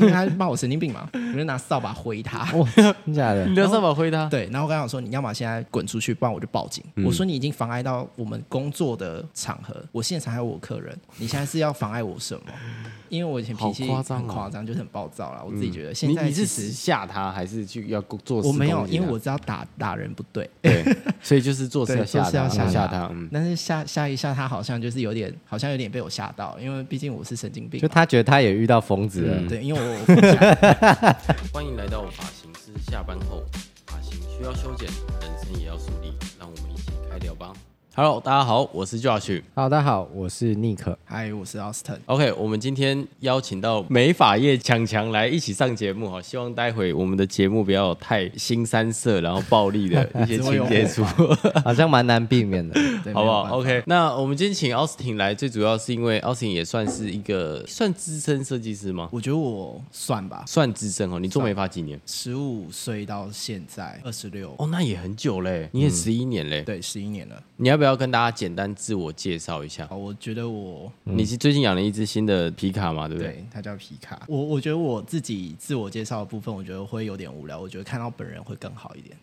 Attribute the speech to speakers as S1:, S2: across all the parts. S1: 因为他骂我神经病嘛， 我就拿扫把挥他。
S2: 哇，真假 的
S3: 嗯
S4: 你？的扫把挥他，
S1: 对，然后我跟他讲说，你要么现在滚出去，不然我就报警。我说你已经妨碍到我们工作的场合，我现场还有我客人，你现在是要妨碍我什么？因为我以前脾气
S4: 好夸张哦
S1: 很夸张，就是很暴躁啦。我自己觉得现
S2: 你
S1: 在
S2: 你是
S1: 其
S2: 指
S1: 实
S2: 吓他，还是去要做事？
S1: 我没有，因为我知道打打人不对，
S2: 对，所以就是做事
S1: 对
S2: 要吓
S1: 做
S2: 他，
S1: 事要吓
S2: 吓
S1: 他
S2: 他，嗯，
S1: 但是下下一下他好像就是有点，好像有点被我吓到，因为毕竟我是神经病
S5: 就
S1: 嘛。
S5: 他觉得他也遇到疯子
S3: 嗯
S5: 了，
S1: 对，因为我我放下
S3: 欢迎来到发型师下班后，发型需要修剪，人生也要树立，让我们一起开聊吧。Hello，大家好，我是 Josh。
S5: 好，大家好，我是 Nick。
S1: 嗨，我是 Austin。
S3: OK，我们今天邀请到美发业强强来一起上节目哈，希望待会我们的节目不要有太新三色，然后暴 力的一些情节出，
S5: 好像蛮难避免的。
S1: 对
S3: 好
S1: 没有办
S3: 不好
S1: 法
S3: ？OK，那我们今天请 Austin 来，最主要是因为 Austin 也算是一个算资深设计师吗？
S1: 我觉得我算吧，
S3: 算资深哦，你做美发几年？
S1: 十五岁到现在二十六，
S3: 哦，那也很久嘞，嗯你也十一年嘞。
S1: 对，十一年了。
S3: 你要不要跟大家简单自我介绍一下？
S1: 好，我觉得我
S3: 你是最近养了一只新的皮卡嘛？嗯对不对？
S1: 对他叫皮卡。我我觉得我自己自我介绍的部分，我觉得会有点无聊。我觉得看到本人会更好一点，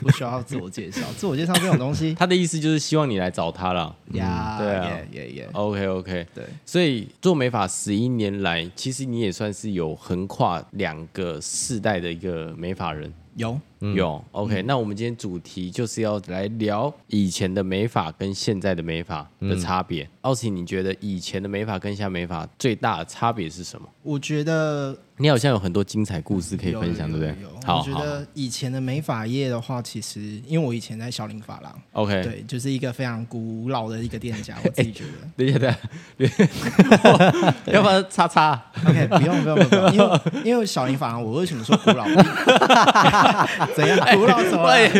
S1: 不需要自我介绍。自我介绍这种东西
S3: 他的意思就是希望你来找他啦。
S1: 呀，
S3: 对啊
S1: 也也也
S3: OK OK，
S1: 对。
S3: 所以做美发十一年来，其实你也算是有横跨两个世代的一个美发人。
S1: 有
S3: 有 OK，、那我们今天主题就是要来聊以前的美发跟现在的美发的差别。奥奇、你觉得以前的美发跟现在美发最大的差别是什么？
S1: 我觉得
S3: 你好像有很多精彩故事可以
S1: 有
S3: 分享，
S1: 有
S3: 对不
S1: 有有
S3: 对？好
S1: 我觉
S3: 好好
S1: 得以前的美发业的话，其实因为我以前在小林发廊，
S3: ，OK，
S1: 对，就是一个非常古老的一个店家，我
S3: 哎
S1: 自己觉得。
S3: 等一下，等 一下，要不要叉叉？
S1: OK，不用不用不用，因为因为小林法郎，我为什么说古老？ 怎样古老什么啦？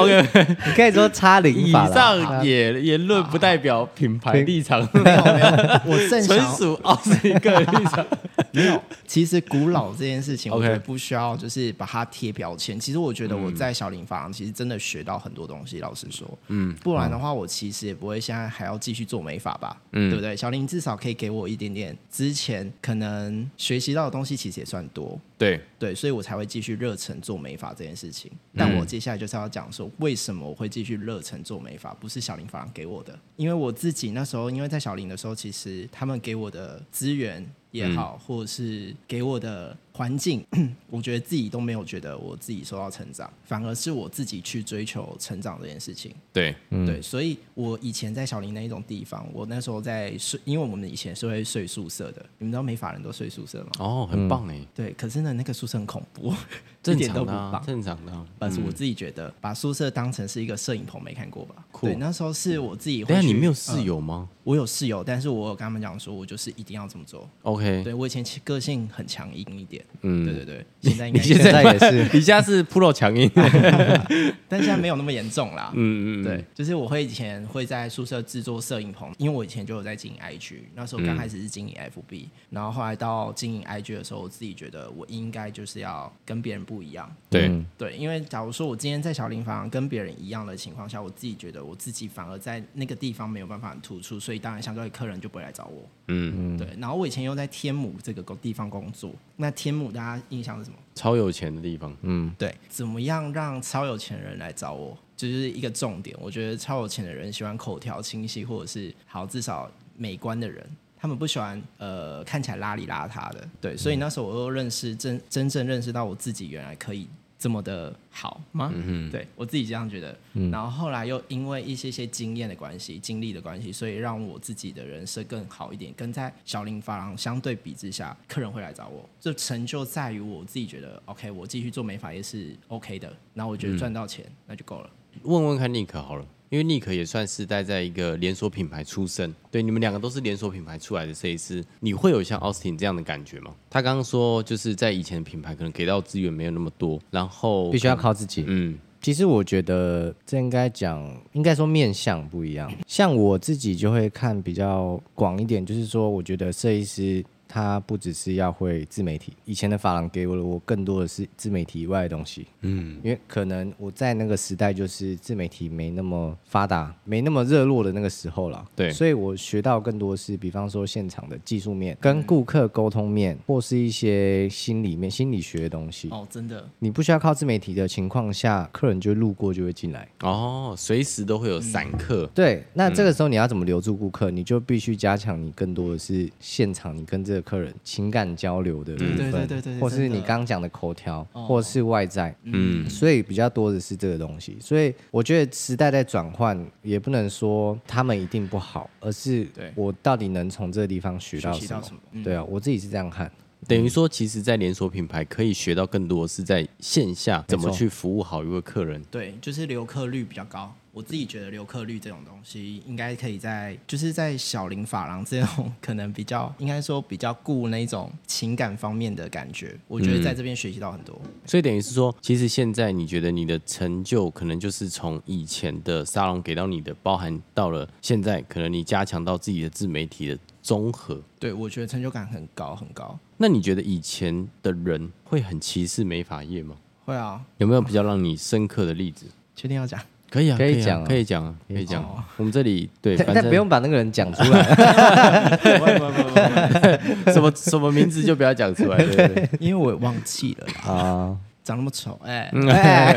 S3: ？OK，
S5: 你可以说差零
S3: 以
S5: 法啦，
S3: 上言言论不代表品牌 立场，
S1: 没有没有，我正
S3: 纯
S1: 想
S3: 属奥斯汀个人立场。
S1: 没有。其实古老这件事 情，我
S3: OK
S1: 觉得不需要就是把它贴标签。其实我觉得我在小林法郎其实真的学到很多东西。老实说，嗯，不然的话，我其实也不会现在还要继续做美发吧，嗯，对不对？小林至少可以给我一点点之前可能学习到的东西，其实也算多。
S3: 对，
S1: 对，所以我才会继续热忱做美发这件事情。但我接下来就是要讲说，为什么我会继续热忱做美发，不是小林发廊给我的，因为我自己那时候，因为在小林的时候，其实他们给我的资源也好，或者是给我的环境， 我觉得自己都没有觉得我自己受到成长，反而是我自己去追求成长这件事情。
S3: 对，
S5: 嗯
S1: 对，所以我以前在小林那一种地方，我那时候在睡，因为我们以前是会睡宿舍的，你们知道美发人都睡宿舍吗？
S3: 哦，很棒哎，
S1: 对，可是呢，那个宿舍很恐 怖，嗯一
S3: 正
S1: 点都
S3: 常
S1: 不
S3: 的啊
S1: 棒，。
S3: 正常的啊。
S1: 但是我自己觉得，把宿舍当成是一个摄影棚，没看过吧？
S3: 酷
S1: 对，那时候是我自己会
S3: 等一下你
S1: 去
S3: 没有室、友吗
S1: 呃我有室友，但是我有跟他们讲说，我就是一定要这么做。
S3: ？OK，
S1: 对我以前其个性很强硬一点，
S3: 嗯
S1: 对对对，现在应
S3: 你
S1: 该
S3: 现
S5: 现在
S3: 在
S5: 也是
S3: 你家是 Pro 强硬，
S1: 但现在没有那么严重啦。
S3: 嗯嗯，嗯
S1: 对，，就是我会以前会在宿舍制作摄影棚，因为我以前就有在经营 IG，那时候刚开始是
S3: 嗯
S1: 经营 FB，、然后后来到经营 IG 的时候，我自己觉得我应该就是要跟别人不一样，
S3: 对
S5: 嗯，
S1: 对，因为假如说我今天在小林房跟别人一样的情况下，我自己觉得我自己反而在那个地方没有办法很突出，所以当然相对客人就不会来找我。
S3: 嗯，
S1: 对，然后我以前又在天母这个地方工作，那天母大家印象是什么？
S3: 超有钱的地方，嗯，
S1: 对，怎么样让超有钱人来找我，就是一个重点。我觉得超有钱的人喜欢口条清晰，或者是好至少美观的人。他们不喜欢呃看起来邋里邋遢的，对，所以那时候我又认识真真正认识到我自己原来可以这么的好吗？对我自己这样觉得。然后后来又因为一些些经验的关系、经历的关系，所以让我自己的人设更好一点，跟在小林发廊相对比之下，客人会来找我。这成就在于我自己觉得，OK，我继续做美发业是 OK 的，然后我觉得赚到钱、那就够了。
S3: 问问看 Nick 好了，因为 Nick 也算是待在一个连锁品牌出身，对，你们两个都是连锁品牌出来的设计师，你会有像 Austin 这样的感觉吗？他刚刚说就是在以前的品牌可能给到资源没有那么多，然后
S5: 必须要，靠自己。
S3: 嗯
S5: 其实我觉得这应该讲，应该说面向不一样。像我自己就会看比较广一点，就是说，我觉得设计师它不只是要会自媒体，以前的发廊给我了我更多的是自媒体以外的东西。嗯，因为可能我在那个时代就是自媒体没那么发达、没那么热络的那个时候了。
S3: 对
S5: 所以我学到更多是，比方说现场的技术面、跟顾客沟通面，或是一些心里面心理学的东西。
S1: 哦，真的，
S5: 你不需要靠自媒体的情况下，客人就路过就会进来。嗯
S3: 哦，随时都会有散客，
S5: 对，那这个时候你要怎么留住顾客？你就必须加强你更多的是现场你跟这个客人情感交流的部分，
S1: 对对对对对
S5: 或是
S1: 真的
S5: 你刚刚讲的口条，
S1: 哦
S5: 或是外在，
S3: 嗯，
S5: 所以比较多的是这个东西。所以我觉得时代在转换，也不能说他们一定不好，而是
S1: 对
S5: 我到底能从这个地方学到
S1: 学习
S5: 什
S1: 到
S5: 么？
S1: 什么嗯
S5: 对啊，我自己是这样看。
S3: 等于说，其实，在连锁品牌可以学到更多是在线下怎么去服务好一个客人。
S1: 对，就是留客率比较高。我自己觉得留客率这种东西，应该可以在就是在小林发廊这种可能比较，应该说比较顾那种情感方面的感觉。我觉得在这边学习到很多。
S3: 所以等于是说，其实现在你觉得你的成就可能就是从以前的沙龙给到你的，包含到了现在，可能你加强到自己的自媒体的综合。
S1: 对，我觉得成就感很高很高。
S3: 那你觉得以前的人会很歧视美发业吗？
S1: 会啊，
S3: 有没有比较让你深刻的例子？
S1: 确定要讲？
S3: 可以啊，
S5: 可以
S3: 啊
S5: 讲啊
S3: 可以讲啊，可以讲啊。我们这里对，
S5: 但
S3: 反
S5: 但
S3: 正
S5: 不用把那个人讲出 来，
S3: 什么什么名字就不要讲出 来。对对对
S1: 因为我也忘记了啦，
S5: 啊，
S1: 长那么丑， 哎、
S5: 哎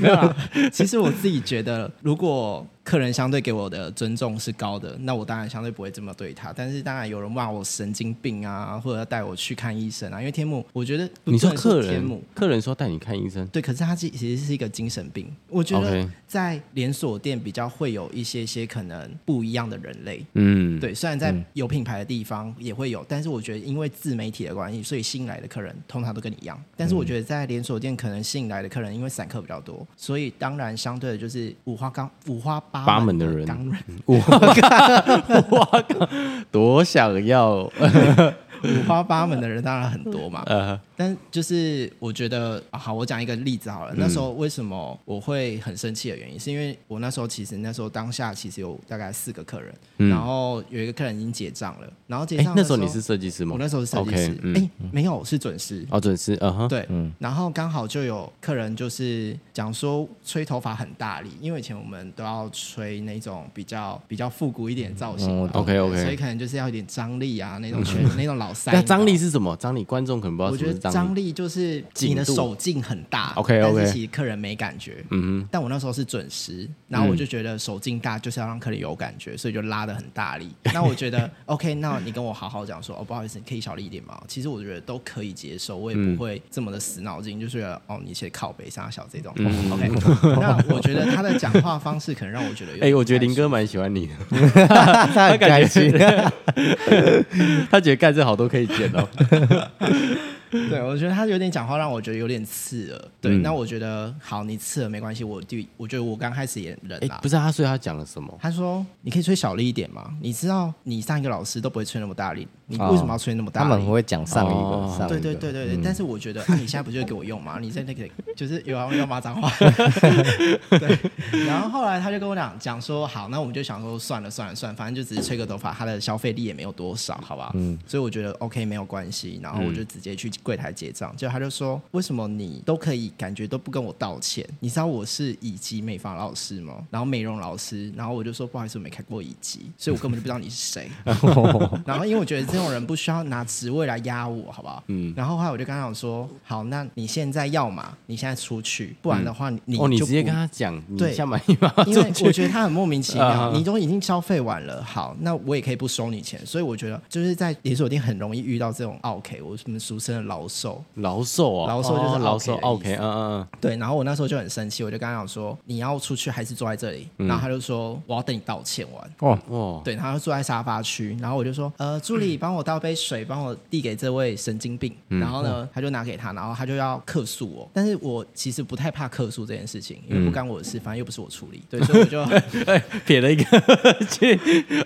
S1: 没有啦。其实我自己觉得，如果客人相对给我的尊重是高的，那我当然相对不会这么对他。但是当然有人骂我神经病啊，或者要带我去看医生啊，因为天母，我觉得
S3: 你说
S1: 不能
S3: 客
S1: 天母
S3: 人，客人说带你看医生，
S1: 对，可是他其其实是一个精神病。我觉得
S3: OK
S1: 在连锁店比较会有一些些可能不一样的人类。
S3: 嗯，
S1: 对，虽然在有品牌的地方也会有，但是我觉得因为自媒体的关系，所以新来的客人通常都跟你一样。但是我觉得在连锁店可能吸引来的客人，因为散客比较多，所以当然相对的就是五花
S3: 嗯
S1: 刚五花八
S3: 八门的人
S1: 当然
S3: 嗯多想要，
S1: 五花八门的人当然很多嘛。
S3: 呃，
S1: 但就是我觉得、啊好，我讲一个例子好了。那时候为什么我会很生气的原因，是因为我那时候其实那时候当下其实有大概四个客人，然后有一个客人已经结账了，然后结
S3: 哎
S1: 账，
S3: 嗯那
S1: 的
S3: 时候你是设计师吗？
S1: 我那时候是设计
S3: OK，
S1: 师，
S3: 嗯
S1: 哎、没有是准时。
S3: 哦，准时，嗯哼，
S1: 对，然后刚好就有客人就是讲说吹头发很大力，因为以前我们都要吹那种比较比较复古一点的造型嘛、
S3: 嗯，OK，OK 嗯
S1: 对所以可能就是要有点张力啊，那种全那种老塞。
S3: 那张力，是什么？张力，观众可能不知道
S1: 我
S3: 什
S1: 觉
S3: 么
S1: 得
S3: 是
S1: 张
S3: 力。
S1: 力就是你的
S3: 紧度
S1: 手劲很大
S3: OK，OK
S1: 但是其实客人没感觉。
S3: 嗯哼，嗯
S1: 但我那时候是准时，然后我就觉得手劲大就是要让客人有感觉，所以就拉的很大 力。那我觉得 OK，那你跟我好好讲说，哦，不好意思，你可以小力一点嘛。其实我觉得都可以接受，我也不会这么的死脑筋，就是觉得哦，你写靠北上小这种。OK，那 我觉得他的讲话方式可能让我觉得有，
S3: 哎，我觉得林哥蛮喜欢你的，
S5: 他很开心。
S3: 他觉得干这好多可以剪哦。
S1: 对，我觉得他有点讲话让我觉得有点刺耳。对，
S3: 嗯
S1: 那我觉得好，你刺耳没关系，我对我觉得我刚开始也忍
S3: 哎
S1: 啦，。
S3: 不是他，所以他讲了什么？
S1: 他说：“你可以吹小力一点嘛？你知道你上一个老师都不会吹那么大力，你为什么要吹那么大
S5: 他
S1: 力？”
S5: 们很会讲上一
S3: 哦
S5: 个，上
S1: 对
S5: 一个，嗯
S1: 对对对对，但是我觉 得、啊、你现在不就给我用嘛？你在那个就是有要要骂脏 话，对。然后后来他就跟我讲讲说，好，那我们就想说算了算了算了，反正就只是吹个头发，他的消费力也没有多少，好吧？嗯。所以我觉得 OK 没有关系，然后
S5: 嗯
S1: 我就直接去柜台结账，结果他就说，为什么你都可以感觉都不跟我道歉？你知道我是以及美发老师吗？然后美容老师，然后我就说不好意思，我没开过以及，所以我根本就不知道你是谁。然后因为我觉得这种人不需要拿职位来压我，好不好？嗯。然后后来我就跟他讲说，好，那你现在要嘛，你现在出去，不然的话你、
S3: 哦，你
S1: 就
S3: 直接
S1: 不
S3: 跟他讲，你
S1: 对
S3: 下满一把
S1: 因为
S3: 出
S1: 我觉
S3: 去。
S1: 得他很莫名其妙，
S3: 啊
S1: 你都已经消费完了，好，那我也可以不收你钱，所以我觉得就是在连锁店很容易遇到这种 OK，我们俗称的老手，
S3: 老手 哦，
S1: 老手就是
S3: 哦老手
S1: OK 的意
S3: ，OK，嗯嗯
S1: 对，然后我那时候就很生气，我就跟他讲说，你要出去还是坐在这里？然后他就说，我要等你道歉完。
S5: 哦，
S3: 嗯，哇，
S1: 对，然后他就坐在沙发区，然后我就说，呃，助理帮我倒杯水，帮我递给这位神经病。然后呢，他就拿给他，然后他就要客诉我，但是我其实不太怕客诉这件事情，因为不干我的事，反正又不是我处理，对，所以我就
S3: 哎，撇了一个 去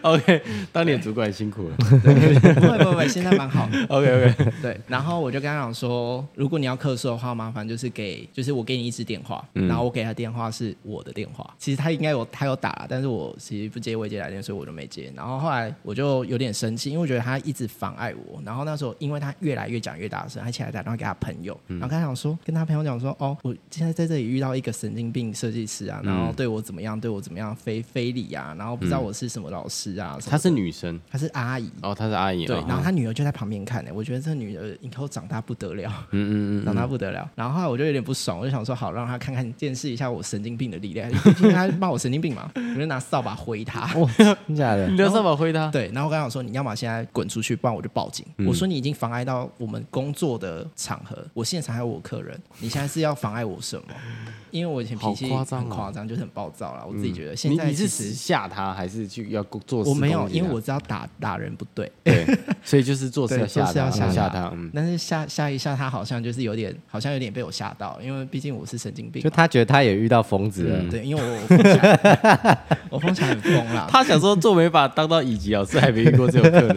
S3: ，OK，当你的主管辛苦了
S1: 不会不会不会，现在蛮好的。
S3: ，OK OK，
S1: 对，然后我就跟他讲说，如果你要客诉的话，麻烦就是给，就是我给你一支电话，然后我给他电话是我的电话。其实他应该有他有打，但是我其实不接未接来电，所以我就没接。然后后来我就有点生气，因为我觉得他一直妨碍我。然后那时候因为他越来越讲越大声，他起来打电话给他朋友，然后跟他讲说，跟他朋友讲说，哦，我现在在这里遇到一个神经病设计师啊，然后对我怎么样，对我怎么样，非非礼啊，然后不知道我是什么老师啊，什么
S3: 她是女生，
S1: 她是阿姨，
S3: 哦，她是阿姨，
S1: 对，
S3: 哦
S1: 然后他女儿就在旁边看呢、欸我觉得这女儿以后长大不得了，嗯 嗯嗯，长大不得了。然后后来我就有点不爽，我就想说好，让他看看见识一下我神经病的力量， 毕竟他骂我神经病嘛， 我就拿扫把挥他。
S5: 真假的
S3: 你？的扫把回答，
S1: 对，然后我跟他讲说，你要么现在滚出去，不然我就报警。我说你已经妨碍到我们工作的场合，我现场还有我客人，你现在是要妨碍我什么？因为我以前脾气
S3: 好夸
S1: 很
S3: 张哦嗯
S1: 夸张，就是很暴躁啦。我自己觉得现
S2: 你
S1: 在
S2: 你是
S1: 其
S2: 指
S1: 实
S2: 吓他，还是去要做事？
S1: 我没有，
S3: 啊
S1: 因为我知道打打人不对，
S2: 对，所以就是做事
S1: 对
S2: 要吓
S1: 做事
S2: 他，
S1: 要吓
S2: 吓
S1: 他
S2: 他， 嗯，
S1: 但是下下一下，他好像就是有点，好像有点被我吓到，因为毕竟我是神经病
S5: 就
S1: 嘛。
S5: 他觉得他也遇到疯子
S3: 嗯
S5: 了，
S1: 对，因为我我疯起来，我疯起来很疯啦。
S3: 她想说做美发当到乙级老师，还没遇过这种客人，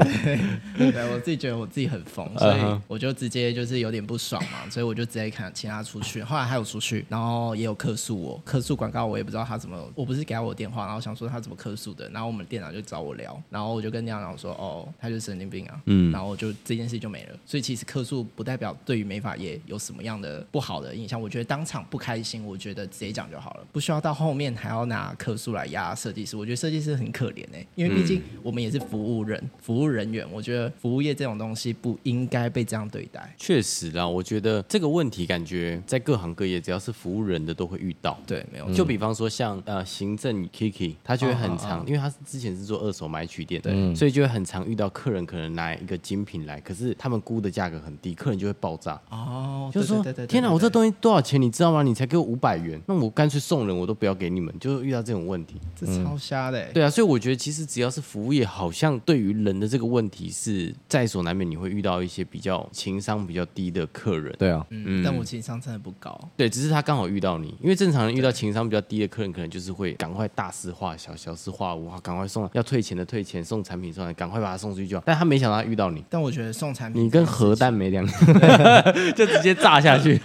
S1: 对，我自己觉得我自己很疯，所
S3: 嗯
S1: 以
S3: 哼
S1: 我就直接就是有点不爽嘛，所以我就直接看请他出去。后来他有出去，然后也有客诉我，客诉广告我也不知道他怎么，我不是给他我电话，然后想说他怎么客诉的，然后我们店长就找我聊，然后我就跟店长说，哦，他就是神经病啊，嗯，然后我就这件事就没了。所以其实客诉不代表对于美发业有什么样的不好的印象，我觉得当场不开心，我觉得直接讲就好了，不需要到后面还要拿客诉来压设计师，我觉得设计师很可怜哎、因为毕竟
S3: 嗯
S1: 我们也是服务人，服务人员，我觉得服务业这种东西不应该被这样对待。
S3: 确实啦，我觉得这个问题感觉在各行各业，只要是服务人的都会遇到。
S1: 对，没有
S3: 就比方说像呃行政 Kiki，他
S1: 哦
S3: 就会很常，因为他是之前是做二手买取店，对，
S1: 嗯
S3: 所以就会很常遇到客人可能拿一个精品来，可是他们估的价格很低，客人就会爆炸，
S1: 哦，
S3: 就是说
S1: 对对对对对
S3: 天哪，我这
S1: 对
S3: 东西多少钱你知道吗？你才给我五百元，那我干脆送人我都不要给你们，就遇到这种问题。
S1: 这超瞎的、欸，
S3: 对啊，所以我觉得其实只要是服务业，好像对于人的这个问题是在所难免，你会遇到一些比较情商比较低的客人。
S5: 对啊，
S1: 嗯，但我情商真的不高。
S3: 对，只是他刚好遇到你，因为正常人遇到情商比较低的客人，可能就是会赶快大事化小，小事化无，赶快送要退钱的退钱，送产品送来，赶快把他送出去就好。但他没想到他遇到你，
S1: 但我觉得送产品，
S3: 你跟核弹没两样，就直接炸下 去，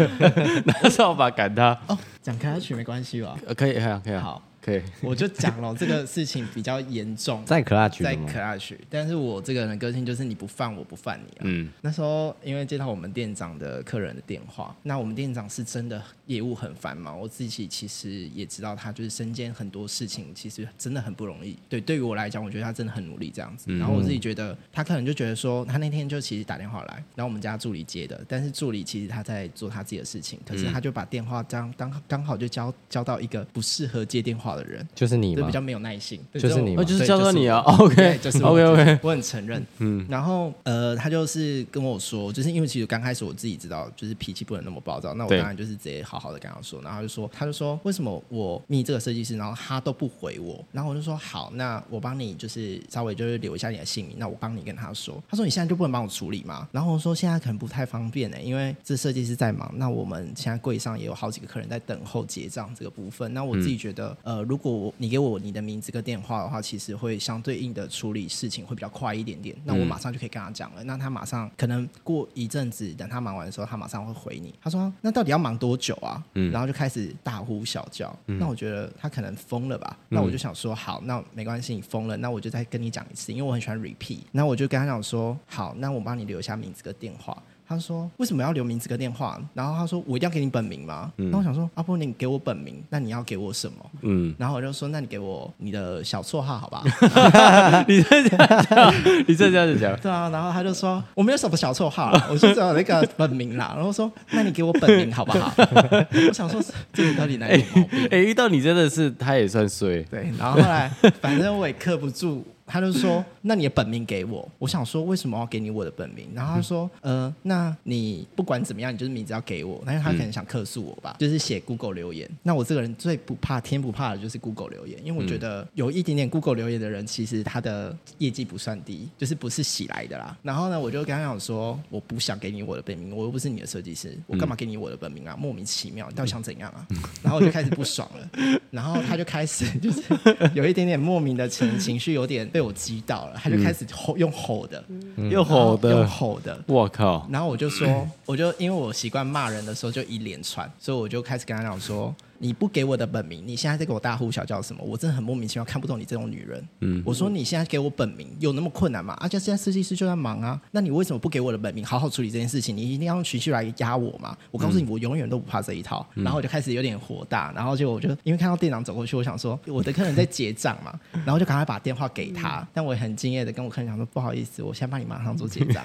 S3: 拿扫把赶他。
S1: 哦，讲开下去没关系吧？
S3: 呃，可以，可以啊，可以啊，
S1: 好，
S3: 可以。
S1: 我就讲了，这个事情比较严 重，
S5: 在 clutch
S1: 在
S5: 的吗？
S1: clutch，但是我这个人的个性就是你不犯我不犯你啊。
S3: 嗯
S1: 那时候因为接到我们店长的客人的电话，那我们店长是真的业务很繁忙，我自己其实也知道他就是身兼很多事情，其实真的很不容易。对，对于我来讲，我觉得他真的很努力这样
S5: 嗯
S1: 子。然后我自己觉得他可能就觉得说，他那天就其实打电话来，然后我们家助理接的，但是助理其实他在做他自己的事情，可是
S5: 嗯
S1: 他就把电话当当刚好就交交到一个不适合接电话的人。
S5: 就是你
S1: 对，
S5: 吗
S1: 比较？没有耐性，对
S5: 就是
S1: 这
S5: 你
S1: 种
S5: 嘛
S3: 哦，就是
S1: 对
S3: 叫做你啊
S1: 我
S3: ，OK，
S1: 对就是我
S3: OK
S1: 就
S3: OK，
S1: 是我很承认，嗯。然后呃，他就是跟我说，就是因为其实刚开始我自己知道，就是脾气不能那么暴躁，那我
S3: 对
S1: 当然就是直接好好的跟他说，然后他就说，他就说为什么我密这个设计师，然后他都不回我，然后我就说好，那我帮你就是稍微就是留一下你的姓名，那我帮你跟他说，哦他说你现在就不能帮我处理吗？然后我说现在可能不太方便呢、因为这设计师在忙，那我们现在柜上也有好几个客人在等候结账这个部分，那我自己觉得，呃，如果我你给我你的名字跟电话的话，其实会相对应的处理事情会比较快一点点。那我马上就可以跟他讲了，那他马上可能过一阵子，等他忙完的时候，他马上会回你。他说：“那到底要忙多久啊？”然后就开始大呼小叫。那我觉得他可能疯了吧？那我就想说，好，那没关系，你疯了，那我就再跟你讲一次，因为我很喜欢 repeat。那我就跟他讲说：“好，那我帮你留一下名字跟电话。”他说：“为什么要留名字跟电话？”然后他说：“我一定要给你本名吗？”那我想说：“阿波，你给我本名，那你要给我什么？”
S3: 嗯，
S1: 然后我就说：“那你给我你的小绰号，好吧，
S3: 你这样讲，你这样讲？”
S1: 对啊，然后他就说：“我没有什么小绰号啊， 我就只有那个本名啦。”然后说：“那你给我本名好不好？” 我想说，这人到底哪里有毛病？
S3: 哎，遇到你真的是他也算衰，
S1: 对，然后后来反正我也克不住，他就说：“那你的本名给我。”我想说，为什么要给你我的本名？然后他说：“呃，那你不管怎么样，你就是名字要给我。”但是他可能想克诉我吧，就是写 Google 留言。那我这个人最不怕、天不怕的就是 Google 留言，因为我觉得有一点点 Google 留言的人，其实他的业绩不算低，就是不是洗来的啦。然后呢，我就跟他讲说：“我不想给你我的本名，我又不是你的设计师，我干嘛给你我的本名啊？莫名其妙，你到底想怎样啊？”然后 我就开始不爽了。然后他就开始就是有一点点莫名的情情绪，有点被被我击倒了，他就开始吼用吼的，
S3: 嗯又吼
S1: 然后用
S3: 的，
S1: 吼的，
S3: 我靠！
S1: 然后我就说，我就因为我习惯骂人的时候就一连串，所以我就开始跟他讲说，你不给我的本名，你现在在给我大呼小叫什么？我真的很莫名其妙看不懂你这种女人。嗯，我说你现在给我本名有那么困难吗？而、且现在设计师就在忙啊，那你为什么不给我的本名好好处理这件事情？你一定要用情绪来压我嘛？我告诉你，我永远都不怕这一套。然后我就开始有点火大，然后结果我就因为看到店长走过去，我想说我的客人在结账嘛，然后就赶快把电话给他，但我也很敬业的跟我客人讲说，不好意思，我先帮你马上做结账，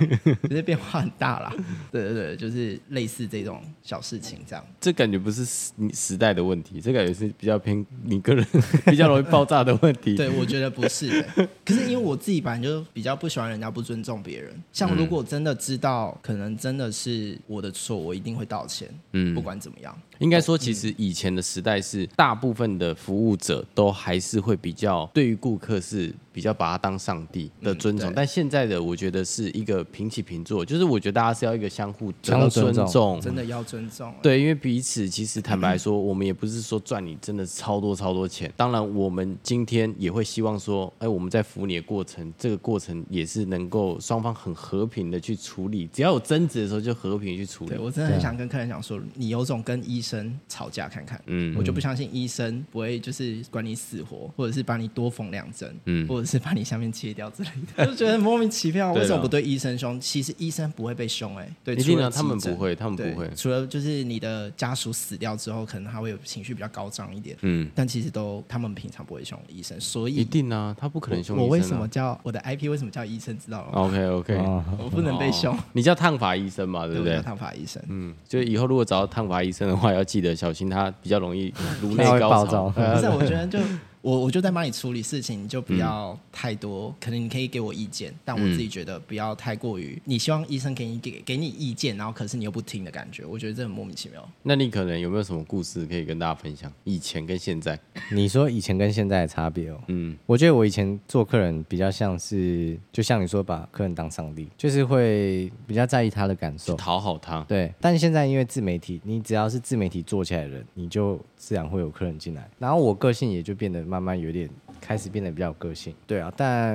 S1: 就是变化很大啦。对对对，就是类似这种小事情这样。
S3: 这感觉不是时你时代的问题，这感觉是比较偏你个人 比较容易爆炸的问题。
S1: 对，我觉得不是、欸。可是因为我自己本来就比较不喜欢人家不尊重别人。像如果真的知道，可能真的是我的错，我一定会道歉。嗯，不管怎么样，
S3: 应该说，其实以前的时代是大部分的服务者都还是会比较对于顾客是比较把他当上帝的尊重，
S1: 嗯对
S3: 但现在的我觉得是一个平起平坐，就是我觉得大家是要一个相互
S5: 相互
S3: 尊
S5: 尊重
S3: 重，
S1: 真的嗯要尊重、欸。
S3: 对，因为彼此其实坦白说，我们也不是说赚你真的超多超多钱。当然，我们今天也会希望说，哎，我们在服务你的过程，这个过程也是能够双方很和平的去处理，只要有争执的时候就和平地去处理
S1: 对，。我真的很想跟客人讲说，你有种跟医生吵架看看。嗯，我就不相信医生不会就是管你死活，或者是把你多缝两针，嗯，或者是把你下面切掉之类的，就 觉得莫名其妙，
S3: 对
S1: 为
S3: 啦
S1: 什么不对医生凶？其实医生不会被凶，哎，对，
S3: 一定
S1: 除
S3: 的，
S1: 了
S3: 他们
S1: 急诊
S3: 不会，他们
S1: 对，
S3: 不会。
S1: 除了就是你的家属死掉之后，可能他会有情绪比较高涨一点，嗯，但其实都他们平常不会凶医生，所以
S3: 一定啊，他不可能凶、医
S1: 我为什
S3: 生啊哦
S1: 么叫我的 IP 为什么叫医生知道吗？
S3: ？OK OK，、
S5: 哦
S1: 我不能被凶，
S3: 哦你叫烫发医生嘛，对
S1: 对我
S3: 不
S1: 叫
S3: 对？
S1: 烫发医生，
S3: 嗯，就以后如果找到烫发医生的话，要记得小心，他比较容易颅内
S5: 他会
S3: 高
S5: 暴
S3: 潮
S5: 躁。
S3: 呃嗯
S1: 不是，我觉得就我我就在帮你处理事情，你就不要太多，可能你可以给我意见，但我自己觉得不要太过于，你希望医生给你给给你意见，然后可是你又不听的感觉，我觉得这很莫名其妙。
S3: 那你可能有没有什么故事可以跟大家分享？以前跟现在，
S5: 你说以前跟现在的差别哦，
S3: 嗯，
S5: 我觉得我以前做客人比较像是，就像你说把客人当上帝，就是会比较在意他的感
S3: 去
S5: 受。
S3: 讨好他，
S5: 对，但现在因为自媒体，你只要是自媒体做起来的人，你就自然会有客人进来。然后我个性也就变得慢慢有点开始变得比较有个性。对啊，但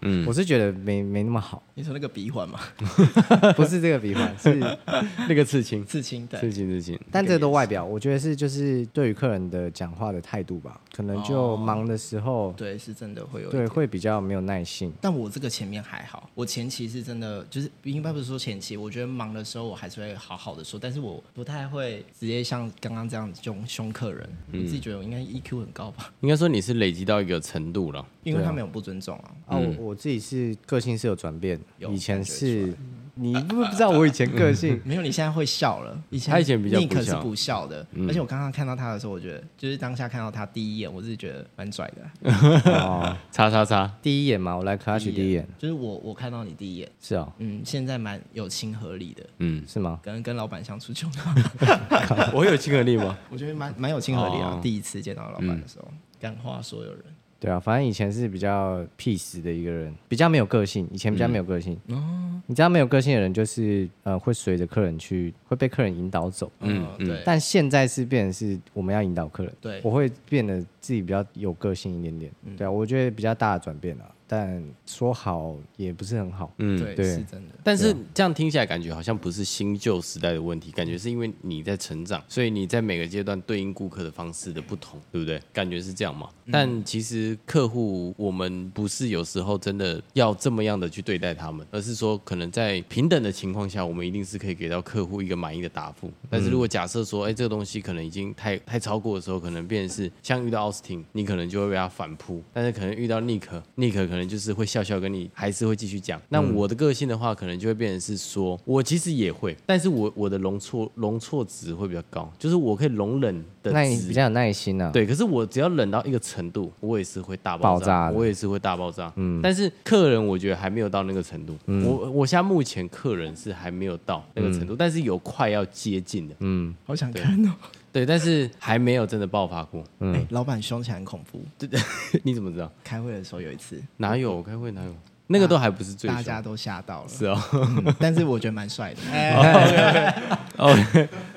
S5: 嗯，我是觉得没没那么好，
S1: 你说那个鼻环嘛，
S5: 不是这个比环，是
S3: 那个刺青，
S1: 刺青对，
S3: 刺青，刺青。
S5: 但这都外表，我觉得是就是对于客人的讲话的态度吧，可能就忙的时候，
S1: 对，是真的会有一
S5: 对
S1: 点
S5: 会比较没有耐性。
S1: 但我这个前面还好，我前期是真的，就是应该不是说前期，我觉得忙的时候我还是会好好的说，但是我不太会直接像刚刚这样凶凶客人。
S3: 嗯
S1: 我自己觉得我应该 EQ 很高吧，
S3: 应该说你是累积到一个程度了，
S1: 因为他们有不尊重啊。
S5: 啊，我我自己是个性是有转变的，
S1: 有
S5: 以前
S1: 感觉出
S5: 是，你不不知道我以前个性
S1: 没有，你现在会笑了。以前
S3: 他以前比较不
S1: Nick 是
S3: 笑嗯
S1: 不笑的，而且我刚刚看到他的时候，我觉得就是当下看到他第一眼，我是觉得蛮拽的。
S5: 哦，
S3: 叉叉 叉，
S5: 第一眼嘛，我来 crush 第一眼
S1: 就是我我看到你第一眼，
S5: 是哦，
S1: 嗯，现在蛮有亲和力的，
S3: 嗯，
S5: 是吗？
S1: 跟跟老板相处就
S3: 我有亲和力吗？
S1: 我觉得蛮蛮有亲和力啊
S3: 哦。
S1: 第一次见到老板的时候，感化所有人。
S5: 对啊，反正以前是比较 peace 的一个人，比较没有个性，以前比较没有个性。你知道没有个性的人，就是呃会随着客人去，会被客人引导走。
S1: 嗯，对。
S5: 但现在是变成是我们要引导客人，
S1: 对
S5: 我会变得自己比较有个性一点点，对啊，我觉得比较大的转变啊，但说好也不是很好，
S3: 嗯
S1: 对，啊
S5: 对
S1: 是真的。
S3: 但是这样听起来，感觉好像不是新旧时代的问题，感觉是因为你在成长，所以你在每个阶段对应顾客的方式的不同，对不对？感觉是这样嘛？但其实客户，我们不是有时候真的要这么样的去对待他们，而是说可能在平等的情况下，我们一定是可以给到客户一个满意的答复。但是如果
S5: 嗯
S3: 假设说，哎，这个东西可能已经太太超过的时候，可能变成是像遇到奥斯汀，你可能就会被他反扑，但是可能遇到尼克，尼克可能就是会笑笑跟你，还是会继续讲。那
S5: 嗯
S3: 我的个性的话，可能就会变成是说，我其实也会，但是我我的容错容错值会比较高，就是我可以容忍的
S5: 那你
S3: 值
S5: 比较有耐心啊，
S3: 对，可是我只要冷到一个程度，我也是会大爆
S5: 爆炸的
S3: 我也是会大爆炸。嗯，但是客人我觉得还没有到那个程度。我我现在目前客人是还没有到那个程度，但是有快要接近的。嗯，
S1: 好想看哦。
S3: 对，嗯但是还没有真的爆发过。
S1: 哎，老板凶起来很恐怖。
S3: 你怎么知道？
S1: 开会的时候有一次，
S3: 哪有？我开会哪有？那个都还不是最
S1: 大
S3: 凶
S1: 家都吓到了。
S3: 是哦。
S1: 嗯但是我觉得蛮帅的。哎
S3: 哦，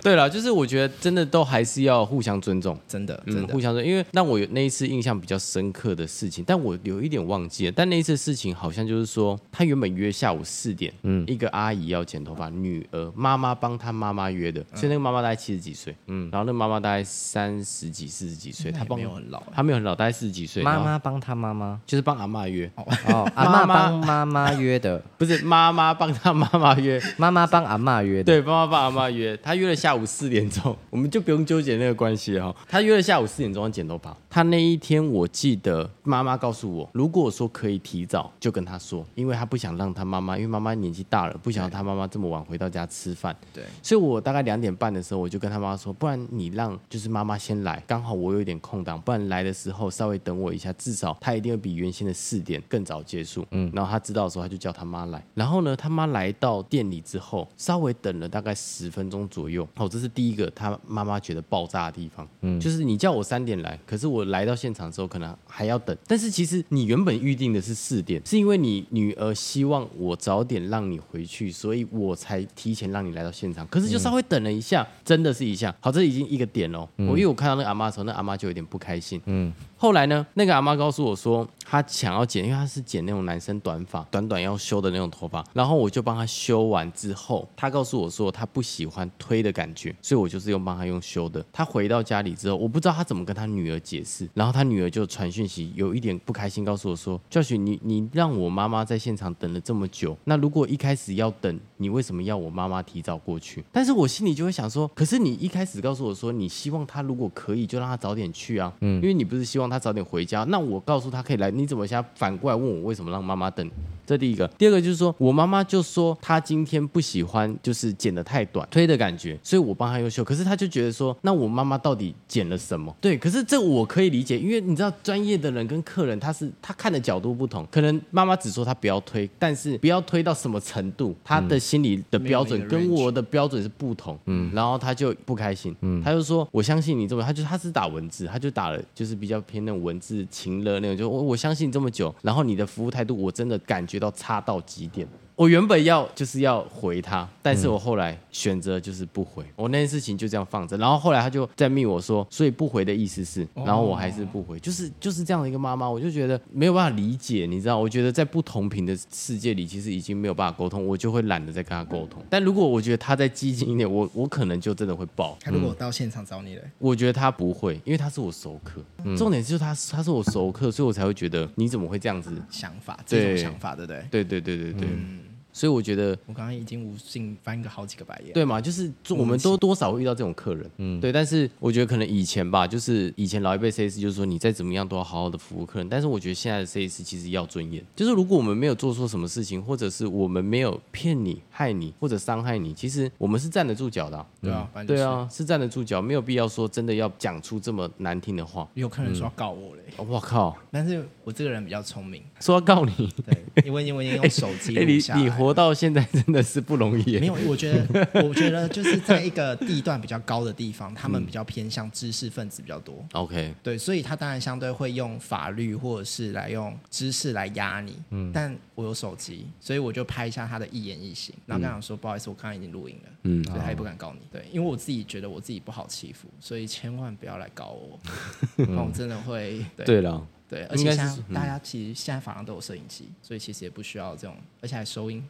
S3: 对了，就是我觉得真的都还是要互相尊重。
S1: 真的真
S3: 嗯，
S1: 的、
S3: 互相尊重。因为让我有那一次印象比较深刻的事情，但我有一点忘记了。但那一次事情好像就是说，他原本约下午四点，嗯，一个阿姨要剪头发，女儿妈妈帮她妈妈约的，所以那个妈妈大概七十几岁，嗯，然后那个妈妈大概三十几、四十几岁，她
S1: 他
S3: 帮
S1: 没有很老、欸，
S3: 她没有很老，大概四十几岁，
S5: 妈
S3: 然后
S5: 妈帮他妈 妈
S3: 就是帮阿嬷约，
S5: 哦，阿妈
S3: 妈
S5: 帮妈妈约的，
S3: 不是妈妈帮她妈妈约，
S5: 妈妈帮阿妈约的。
S3: 对，妈妈帮阿妈约，他约了下午四点钟， 我们就不用纠结那个关系了哈。他约了下午四点钟要剪头发，他那一天我记得妈妈告诉我，如果说可以提早，就跟他说，因为他不想让他妈妈，因为妈妈年纪大了，不想让他妈妈这么晚回到家吃饭。
S1: 对，
S3: 所以我大概两点半的时候，我就跟他妈妈说，不然你让就是妈妈先来，刚好我有一点空档，不然来的时候稍微等我一下，至少她一定会比原先的四点更早结束。嗯，然后她知道的时候，她就叫她妈来。然后呢，她妈来到店里之后，稍微等了大概十分钟左右。哦，这是第一个她妈妈觉得爆炸的地方，嗯，就是你叫我三点来，可是我来到现场之后可能还要等，但是其实你原本预定的是四点，是因为你女儿希望我早点让你回去，所以我才提前让你来到现场。可是就稍微等了一下，真的是一下。好，这已经一个点喽。我因为我看到那个阿妈的时候，那阿妈就有点不开心。嗯，后来呢，那个阿妈告诉我说，她想要剪，因为她是剪那种男生短发，短短要修的那种头发。然后我就帮她修完之后，她告诉我说她不喜欢推的感觉，所以我就是用帮她用修的。她回到家里之后，我不知道她怎么跟她女儿解释，然后她女儿就传讯息，有一点不开心，告诉我说：“Josh，你你让我妈妈在现场等了这么久，那如果一开始要等，你为什么要我妈妈提早过去？”但是我心里就会想说，可是你一开始告诉我说，你希望她如果可以，就让她早点去啊，嗯，因为你不是希望她早点回家，那我告诉她可以来，你怎么现在反过来问我为什么让妈妈等？这第一个，第二个就是说我妈妈就说她今天不喜欢就是剪得太短推的感觉，所以我帮她优秀。可是她就觉得说，那我妈妈到底剪了什么？对，可是这我可以理解，因为你知道专业的人跟客人他是他看的角度不同，可能妈妈只说她不要推，但是不要推到什么程度，她的心理的标准
S1: 嗯没有
S3: 跟
S1: 那个 range
S3: 我的标准是不同，嗯，然后她就不开心，嗯，她就说我相信你这么，她就她是打文字，她就打了就是比较偏那种文字情了那种，就我我相信你这么久，然后你的服务态度我真的感觉到差到极点。我原本要就是要回她，但是我后来选择就是不回，我那件事情就这样放着。然后后来她就在密我说，所以不回的意思是，然后我还是不回，就是就是这样的一个妈妈，我就觉得没有办法理解，你知道？我觉得在不同频的世界里，其实已经没有办法沟通，我就会懒得再跟她沟通。但如果我觉得她再激进一点，我我可能就真的会爆。
S1: 他如果到现场找你嘞、
S3: 我觉得他不会，因为他是我熟客。重点就是他他是我熟客，所以我才会觉得你怎么会这样子？
S1: 想法，这
S3: 对
S1: 种想法，对不对？
S3: 对对对对对，所以我觉得
S1: 我刚刚已经无尽翻个好几个白眼。
S3: 对嘛，就是做我们都多少会遇到这种客人，嗯，对。但是我觉得可能以前吧，就是以前老一辈 CS 就是说你再怎么样都要好好的服务客人，但是我觉得现在的 CS 其实要尊严，就是如果我们没有做错什么事情，或者是我们没有骗你、害你或者伤害你，其实我们是站得住脚的啊、
S1: 对啊，反正
S3: 对
S1: 就是，
S3: 啊，是站得住脚，没有必要说真的要讲出这么难听的话。
S1: 有客人说要告我嘞、
S3: 哦我、靠，
S1: 但是我这个人比较聪明，
S3: 说要告你，
S1: 对，因为因为用手机
S3: 哎、
S1: 录下
S3: 你你
S1: 来。
S3: 活到现在真的是不容易耶。
S1: 没有，我觉得，我觉得就是在一个地段比较高的地方，他们
S3: 嗯
S1: 比较偏向知识分子比较多，
S3: OK，
S1: 对，所以他当然相对会用法律或者是来用知识来压你。嗯，但我有手机，所以我就拍一下他的一言一行，然后跟他讲说、不好意思，我刚刚已经录影了，嗯，所以他也不敢告你。对，因为我自己觉得我自己不好欺负，所以千万不要来告我，那我真的会对
S3: 对了，
S1: 对，而且
S3: 应该
S1: 现
S3: 是
S1: 在大家其实现在法上都有摄影机，所以其实也不需要这种，而且还收音，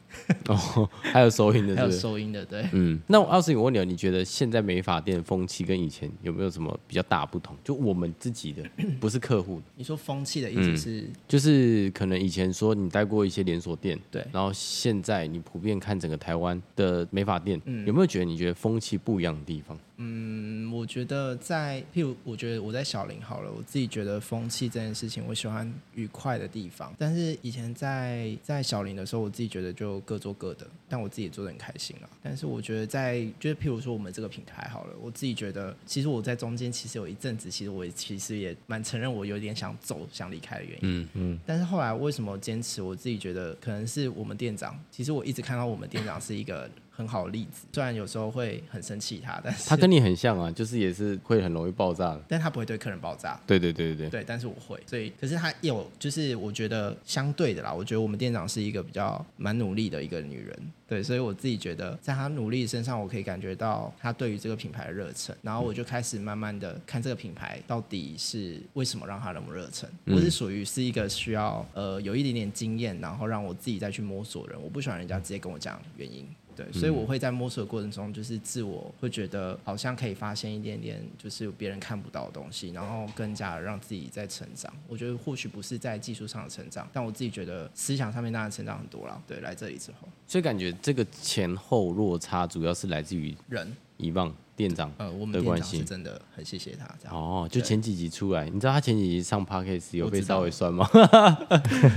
S3: 哦，还有收银的
S1: 还有
S3: 是不是？
S1: 收音的，对。
S3: 嗯，那我奥斯，我问你哦，你觉得现在美发店的风气跟以前有没有什么比较大不同？就我们自己的，不是客户的，
S1: 你说风气的意思是，
S3: 就是可能以前说你待过一些连锁店，
S1: 对
S3: 然后现在你普遍看整个台湾的美发店，有没有觉得你觉得风气不一样的地方？
S1: 嗯，我觉得在，譬如我觉得我在小林好了，我自己觉得风气这件事情，我喜欢愉快的地方。但是以前在在小林的时候，我自己觉得就各做各的，但我自己也做的很开心了。但是我觉得在，就是譬如说我们这个品牌好了，我自己觉得，其实我在中间其实有一阵子，其实我也其实也蛮承认我有点想走、想离开的原因。但是后来为什么坚持？我自己觉得可能是我们店长，其实我一直看到我们店长是一个很好的例子。虽然有时候会很生气他，但是
S3: 他跟你很像啊，就是也是会很容易爆炸的。
S1: 但他不会对客人爆炸。
S3: 对对对对对，
S1: 对，但是我会，所以可是她有，就是我觉得相对的啦，我觉得我们店长是一个比较蛮努力的一个女人，对，所以我自己觉得在她努力身上，我可以感觉到她对于这个品牌的热忱，然后我就开始慢慢的看这个品牌到底是为什么让她那么热忱，我是属于是一个需要呃有一点点经验，然后让我自己再去摸索的人，我不喜欢人家直接跟我讲原因。
S5: 嗯
S1: 对，所以我会在摸索的过程中，就是自我会觉得好像可以发现一点点，就是别人看不到的东西，然后更加让自己在成长。我觉得或许不是在技术上的成长，但我自己觉得思想上面当然成长很多了。对，来这里之后，
S3: 所以感觉这个前后落差主要是来自于
S1: 人
S3: 遗忘店长
S1: 呃，我们
S3: 的
S1: 店
S3: 关
S1: 长是
S3: 系。
S1: 真的很谢谢他这样。
S3: 哦，就前几集出来，你知道他前几集上 podcast 有
S1: 我
S3: 被
S1: 知道
S3: 稍微 酸吗？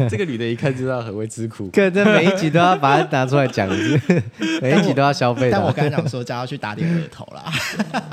S3: 这个女的一看就知道很会吃苦。
S5: 可这每一集都要把它拿出来讲，每一集都要消费
S1: 但我
S5: 的。
S1: 刚才讲说，叫他去打点额头 啦，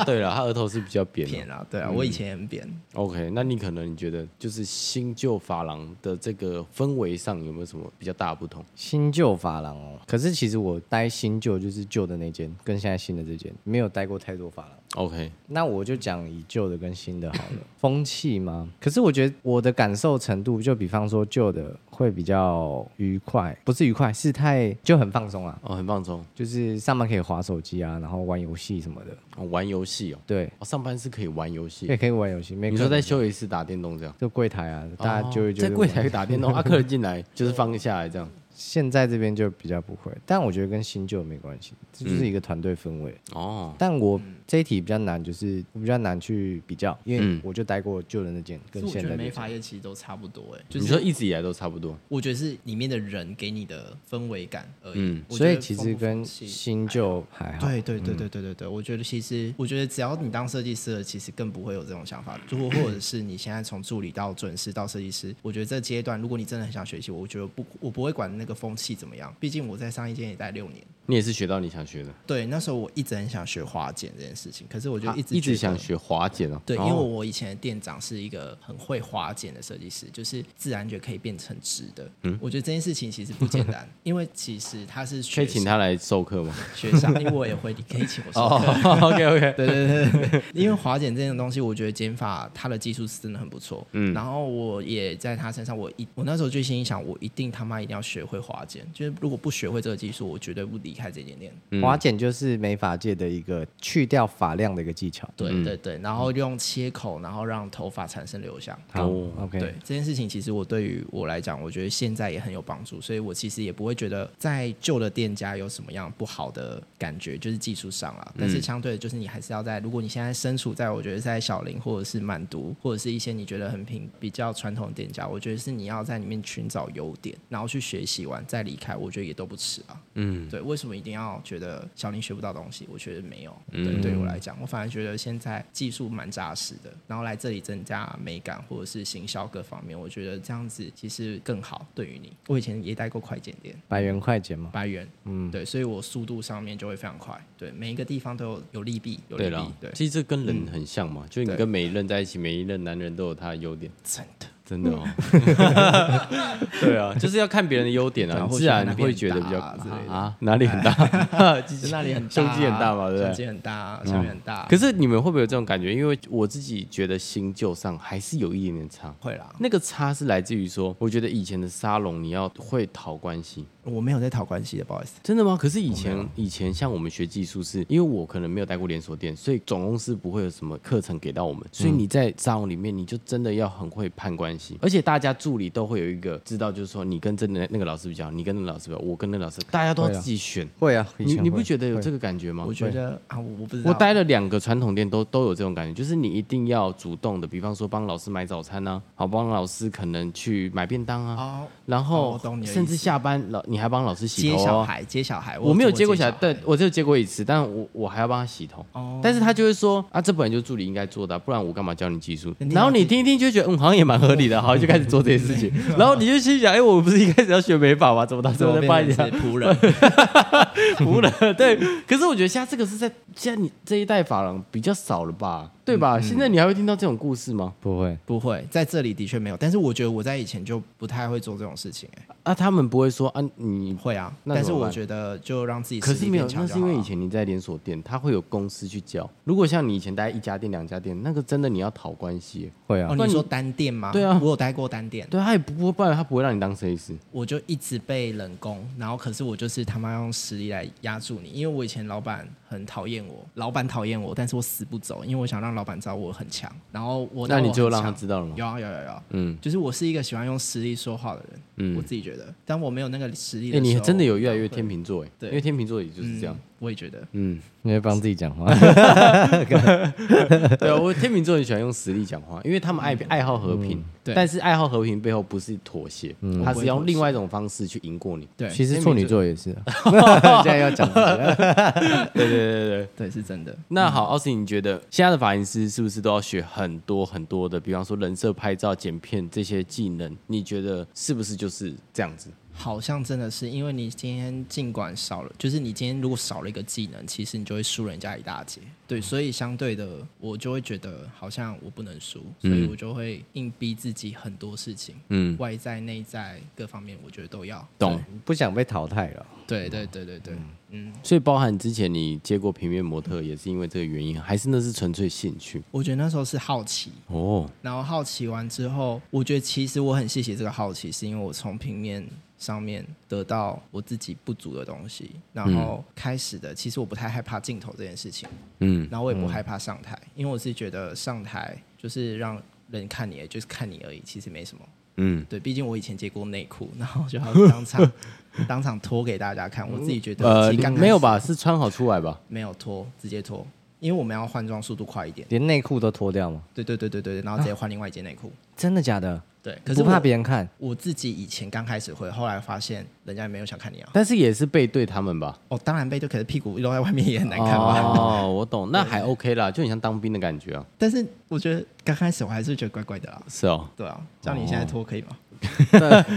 S3: 对了，她额头是比较 扁的。
S1: 扁啦，对啊，
S5: 嗯
S1: 我以前也很扁，
S3: OK，那你可能你觉得就是新旧发廊的这个氛围上有没有什么比较大的不同？
S5: 新旧发廊哦，可是其实我待新旧就是旧的那间，跟现在新的这间没有待过太多发廊。
S3: OK，
S5: 那我就讲以旧的跟新的好 了，风气吗？可是我觉得我的感受程度，就比方说旧的会比较愉快，不是愉快，是太就很放松啦，
S3: 哦，很放松，
S5: 就是上班可以划手机啊，然后玩游戏什么的，
S3: 哦、玩游戏哦
S5: 对，
S3: 哦，上班是可以玩游戏
S5: 也。可以玩游戏。没
S3: 你说在休息室打电动这样，
S5: 就柜台啊，大家就会
S3: 哦
S5: 觉得
S3: 在柜台打电动，啊，客人进 来就是放下来这样。
S5: 现在这边就比较不会，但我觉得跟新旧没关系，这
S3: 嗯
S5: 就是一个团队氛围。
S3: 哦，
S5: 但我这一题比较难，就是我比较难去比较，因
S3: 嗯
S5: 为我就待过旧的那间
S1: 可
S5: 跟
S1: 是我
S5: 现
S1: 觉
S5: 在
S1: 得美
S5: 的那间。
S1: 发业其实都差不多哎、就
S3: 你说
S1: 是
S3: 一直以来都差不多。
S1: 我觉得是里面的人给你的氛围感而已。
S3: 嗯
S1: 我觉
S5: 所
S1: 得
S5: 以其
S1: 风
S5: 实
S1: 不风
S5: 跟
S1: 气
S5: 新旧还好。
S1: 对对对对对对对，我觉得其实，我觉得只要你当设计师了，其实更不会有这种想法。如果或者是你现在从助理到准师到设计师，我觉得这阶段，如果你真的很想学习，我觉得不，我不会管那个风气怎么样。毕竟我在上一间也待六年，
S3: 你也是学到你想学的，
S1: 对，那时候我一直很想学花剪这件事情，可是我就
S3: 啊
S1: 一直、
S3: 一直想。学滑剪哦。
S1: 对，因为
S3: 哦
S1: 我以前的店长是一个很会花剪的设计师，就是自然卷可以变成直的。嗯，我觉得这件事情其实不简单，因为其实他是
S3: 可
S1: 学
S3: 以请
S1: 生
S3: 他来授课吗？
S1: 学上，因为我也会，你可以请我上课。
S3: ，OK OK，
S1: 对对对对对，因为华剪这种东西，我觉得剪发它的技术是真的很不错。嗯，然后我也在他身上，我一我那时候就心里想，我一定他妈一定要学会华剪，就是如果不学会这个技术，我绝对不离开这间店。
S3: 嗯
S5: 华剪就是美发界的一个去掉发量的一个技巧。
S1: 对对对，然后用切口，然后让头发产生流向。
S5: 好
S3: 哦
S5: ，OK，
S1: 对这件事情，其实我对于我来讲，我觉得现在也很有帮助，所以我其实也不会觉得在旧的店家有什么样不好的感觉，就是技术上啦。但是相对的，就是你还是要在，如果你现在身处在我觉得在小林或者是满都，或者是一些你觉得很平比较传统的店家，我觉得是你要在里面寻找优点，然后去学习完再离开，我觉得也都不迟啊。嗯，对，为什么一定要觉得小林学不到东西？我觉得没有，对，
S3: 嗯
S1: 对我来讲，我反而觉得现在技术蛮扎实的，然后来这里增加美感或者是行销各方面，我觉得这样子其实更好对于你。我以前也待过快剪店，
S5: 百元快剪嘛，
S1: 百元，嗯，对，所以我速度上面就会非常快，对，每一个地方都有有利弊，有利
S3: 对
S1: 弊
S3: 了，，
S1: 对，嗯
S3: 其实这跟人很像嘛，就你
S1: 对
S3: 跟每一任在一起，每一任男人都有他的优点，
S1: 真的。
S3: 真的哦。 对啊，就是要看别人的优点
S1: 对
S3: 啊，
S1: 啊
S3: 你自然会觉得比较
S1: 或许哪里很大啊之类的
S3: 啊哪里很 大，
S1: 就那里很大、
S3: 胸肌很大嘛，对不
S1: 胸
S3: 对？
S1: 肌很大，下面很大，
S3: 可是你们会不会有这种感觉？因为我自己觉得新旧上还是有一点点差。
S1: 会啦。
S3: 那个差是来自于说，我觉得以前的沙龙你要会讨关系，
S1: 我没有在讨关系的，不好意思。
S3: 真的吗？可是以前以前像我们学技术是，因为我可能没有待过连锁店，所以总公司不会有什么课程给到我
S1: 嗯
S3: 们，所以你在沙龙里面你就真的要很会判关系，而且大家助理都会有一个知道，就是说你跟真的那个老师比较好，你跟那个老师比较好，我跟那个老师，大家都要
S5: 会啊
S3: 自己选。
S5: 会啊，以
S3: 你
S5: 前
S3: 你不
S5: 会
S3: 觉得有这个感觉吗？
S1: 我觉得啊，我我不知道，
S3: 哦我待了两个传统店都都有这种感觉，就是你一定要主动的，比方说帮老师买早餐啊，好帮老师可能去买便当啊，
S1: 哦，
S3: 然
S1: 哦
S3: 后
S1: 我懂你的意思
S3: 甚至下班老你还帮老师洗
S1: 接
S3: 头、
S1: 小
S3: 哦。
S1: 孩，接小孩，
S3: 我没有接过小
S1: 小
S3: 孩，但我只有接过一次，但我我还要帮他洗头。
S1: 哦
S3: 但是他就会说啊，这本来就是助理应该做的啊、不然我干嘛教你技术
S1: 人？家
S3: 然后你听一听就觉得，嗯，好像也蛮合理的，好，就开始做这些事情。然后你就心想，哎、我不是一开始要学美发吗？怎么到最后再
S1: 变
S3: 帮人
S1: 成
S3: 家
S1: 是？仆人，
S2: 服了。对，可是我觉得现在这个是在现在你这一代发廊比较少了吧，对吧？现在你还会听到这种故事吗？
S5: 不会，
S1: 不会，在这里的确没有，但是我觉得我在以前就不太会做这种事情、欸，
S2: 啊，他们不会说啊，你
S1: 会啊，
S2: 那
S1: 但是
S2: 怎么
S1: 我
S2: 办
S1: 觉得就让自己
S2: 可
S1: 实
S2: 是
S1: 力
S2: 没有
S1: 变，强
S2: 那
S1: 就是
S2: 因
S1: 好
S2: 为
S1: 了
S2: 以前你在连锁店，它会有公司去教。如果像你以前待一家店、两家店，那个真的你要讨关系。
S5: 会啊
S1: 哦，，
S2: 那
S1: 你
S2: 你
S1: 说单店吗？
S2: 对啊
S1: 我有待过单店，
S2: 对，他也不不会，不然他不会让你当设计师。
S1: 我就一直被冷宫，然后可是我就是他妈用实力来压住你，因为我以前老板很讨厌我，老板讨厌我，但是我死不走，因为我想让老板知道我很强。然后我
S2: 那你最后让
S1: 他
S2: 他知道了吗？
S1: 有啊有有有，
S2: 嗯
S1: 嗯，就是我是一个喜欢用实力说话的人，
S2: 嗯
S1: 我自己觉得，当我没有那个实力
S2: 哎、
S1: 的时候，
S2: 你真的有越来越
S1: 我会
S2: 天，秤座哎，
S1: 对
S2: 因为天秤座也就是这样
S1: 嗯。， 我也觉得，
S2: 嗯，
S5: 你会帮自己讲话，
S2: 对啊，我天秤座很喜欢用实力讲话，因为他们爱爱好和平，
S1: 嗯对嗯
S2: 但是爱好和平背后不是妥协，他
S1: 我不
S2: 是
S1: 会
S2: 用
S1: 妥
S2: 另外一种方式去赢过你。
S1: 对 哎
S5: 其实处女座也是啊，
S3: 哎
S5: 现在要讲自己了
S2: 对对对对对。
S1: 对，是真的。
S2: 那好，
S3: 奥斯汀，你觉得现在的发型师是不是都要学很多很多的，比方说人设、拍照、剪片这些技能？你觉得是不是就是这样子？
S1: 好像真的是，因为你今天尽管少了，就是你今天如果少了一个技能，其实你就会输人家一大截。对，所以相对的，我就会觉得好像我不能输，所以我就会硬逼自己很多事情，
S3: 嗯，
S1: 外在、内在各方面，我觉得都要。
S3: 懂。
S5: 不想被淘汰了。
S1: 对对对对对，嗯，
S3: 所以包含之前你接过平面模特，也是因为这个原因，还是那是纯粹兴趣？
S1: 我觉得那时候是好奇，
S3: 哦，
S1: 然后好奇完之后，我觉得其实我很谢谢这个好奇，是因为我从平面上面得到我自己不足的东西，然后
S2: 嗯
S1: 开始的，其实我不太害怕镜头这件事情，
S3: 嗯，
S1: 然后我也不害怕上台，因为我自己觉得上台就是让人看你，就是看你而已，其实没什么。
S3: 嗯，
S1: 对，毕竟我以前接过内裤，然后就还要当 场当场脱给大家看，我自己觉得
S2: 呃
S1: 其实刚，开始
S2: 没有吧？是穿好出来吧？
S1: 没有脱，直接脱，因为我们要换装速度快一点。
S5: 连内裤都脱掉吗？
S1: 对对对对对，然后直接换另外一件内裤。
S5: 真的假的？
S1: 对，可
S5: 可
S1: 是
S5: 是怕
S1: 我
S5: 别人看，
S1: 我自己以前刚开始会，后来发现人家也没有想看你啊。
S2: 但是也是背对他们吧？
S1: 哦，当然背对，可是屁股露在外面也很难看嘛。
S3: 哦，我懂，那还 OK 啦，就很像当兵的感觉啊。
S1: 但是我觉得刚开始我还是觉得怪怪的啦。
S3: 是哦，
S1: 对啊，叫你现在脱可以吗？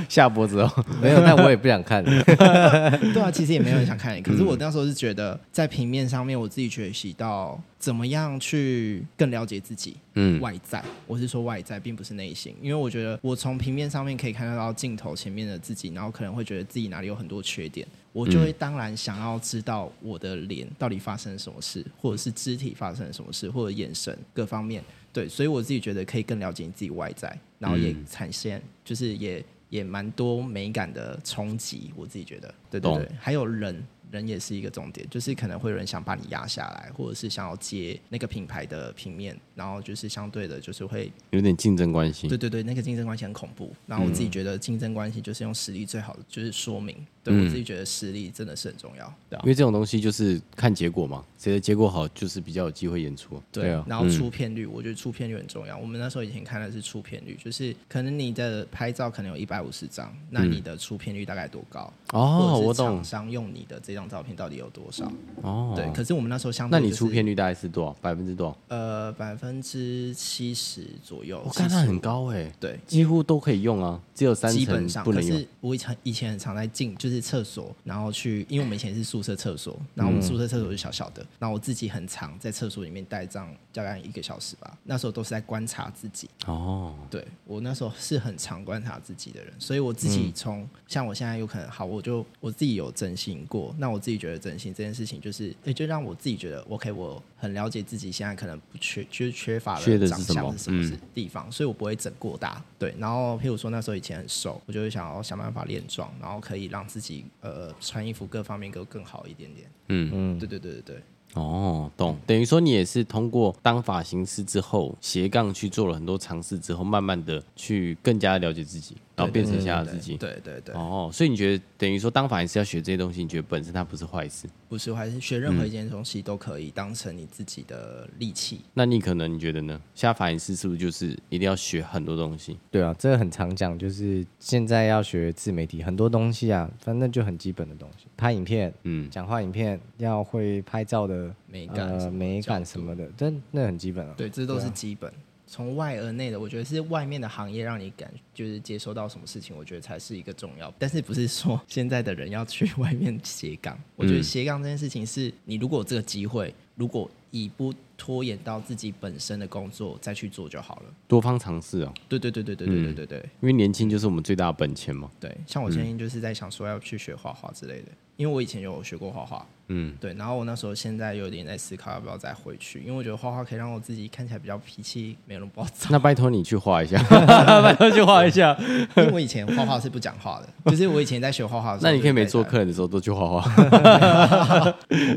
S2: 下脖子哦，
S5: 没有，但我也不想看。
S1: 对啊，其实也没有人想看你。可是我那时候是觉得，在平面上面，我自己学习到怎么样去更了解自己。
S3: 嗯，
S1: 外在，我是说外在，并不是内心，因为我觉得我从平面上面可以看得到镜头前面的自己，然后可能会觉得自己哪里有很多缺点，我就会当然想要知道我的脸到底发生了什么事，或者是肢体发生了什么事，或者眼神各方面，对，所以我自己觉得可以更了解你自己外在，然后也产生就是也也蛮多美感的冲击，我自己觉得，对对
S3: 懂
S1: 对，还有人。人也是一个重点，就是可能会有人想把你压下来，或者是想要接那个品牌的平面，然后就是相对的，就是会
S3: 有点竞争关系
S1: 对。对对，那个竞争关系很恐怖。然后我自己觉得竞争关系就是用实力最好的就是说明，对、我自己觉得实力真的是很重要，对啊
S3: 因为这种东西就是看结果嘛，谁的结果好，就是比较有机会演出。
S1: 对啊，然后
S3: 嗯
S1: 出片率，我觉得出片率很重要。我们那时候以前看的是出片率，就是可能你的拍照可能有一百五十张，那你的出片率大概多高？
S3: 嗯哦，
S1: 或
S3: 我
S1: 者是厂
S3: 懂。
S1: 商用你的这张照片到底有多少？
S3: 哦，
S1: 对，可是我们那时候相
S3: 那
S1: 对、
S3: 你出片率大概是多少？百分之多少？
S1: 呃百分之七十左右，
S3: 我看
S1: 75
S3: 它很高哎、
S1: 对，
S3: 几乎都可以用啊，只有三
S1: 基本
S3: 成
S1: 上。
S3: 不
S1: 可
S3: 能用
S1: 是。我以前以前很常在进就是厕所，然后去，因为我们以前是宿舍厕所，然
S3: 嗯
S1: 后我们宿舍厕所是小小的，然后我自己很常在厕所里面待这样大概一个小时吧。那时候都是在观察自己，
S3: 哦，
S1: 对我那时候是很常观察自己的人，所以我自
S3: 嗯
S1: 己从、像我现在有可能好，我就我自己有整形过，那我自己觉得整形这件事情就是，也就让我自己觉得 OK，我很了解自己现在可能不缺，就是缺乏
S3: 缺
S1: 了
S3: 的是
S1: 长
S3: 什么
S1: 相是什么
S3: 嗯
S1: 是地方，所以我不会整过大。对，然后譬如说那时候以前很瘦，我就会想要想办法练壮，然后可以让自己呃穿衣服各方面都更好一点点。
S3: 嗯
S1: 嗯，对对对对对。
S3: 哦，懂。等于说你也是通过当发型师之后，斜杠去做了很多尝试之后，慢慢的去更加了解自己，然后变成现在的自己。
S1: 对对对，
S3: 哦，所以你觉得等于说当发型师要学这些东西，你觉得本身它不是坏事？
S1: 不是，我还是学任
S3: 嗯
S1: 何一件东西都可以当成你自己的利器。
S3: 那你可能你觉得呢？现在发型师是不是就是一定要学很多东西？
S5: 对啊，这个很常讲，就是现在要学自媒体，很多东西啊，反正就很基本的东西，拍影片、
S3: 嗯，
S5: 讲话影片，要会拍照的
S1: 呃美感什么
S5: 呃、美感什么的，但那很基本啊。
S1: 对，这都是基本。从外而内的，我觉得是外面的行业让你感就是接收到什么事情，我觉得才是一个重要。但是不是说 现在的人要去外面斜杠？我觉得斜杠这件事情是你如果有这个机会，如果以不拖延到自己本身的工作再去做就好了。
S3: 多方尝试哦，
S1: 对对对对对对对对对、
S3: 因为年轻就是我们最大的本 钱嘛。
S1: 对，像我最近就是在想说要去学画画之类的，因为我以前有学过画画，嗯，对，然后我那时候现在有点在思考要不要再回去，因为我觉得画画可以让我自己看起来比较脾气没有那么暴躁。
S3: 那拜托你去画 一下，拜托去画一下。
S1: 因为我以前画画是不讲话的，就是我以前在学画画的时候，
S3: 那你可以
S1: 没
S3: 没做客人的时候都去画画。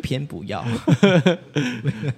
S1: 偏不 要。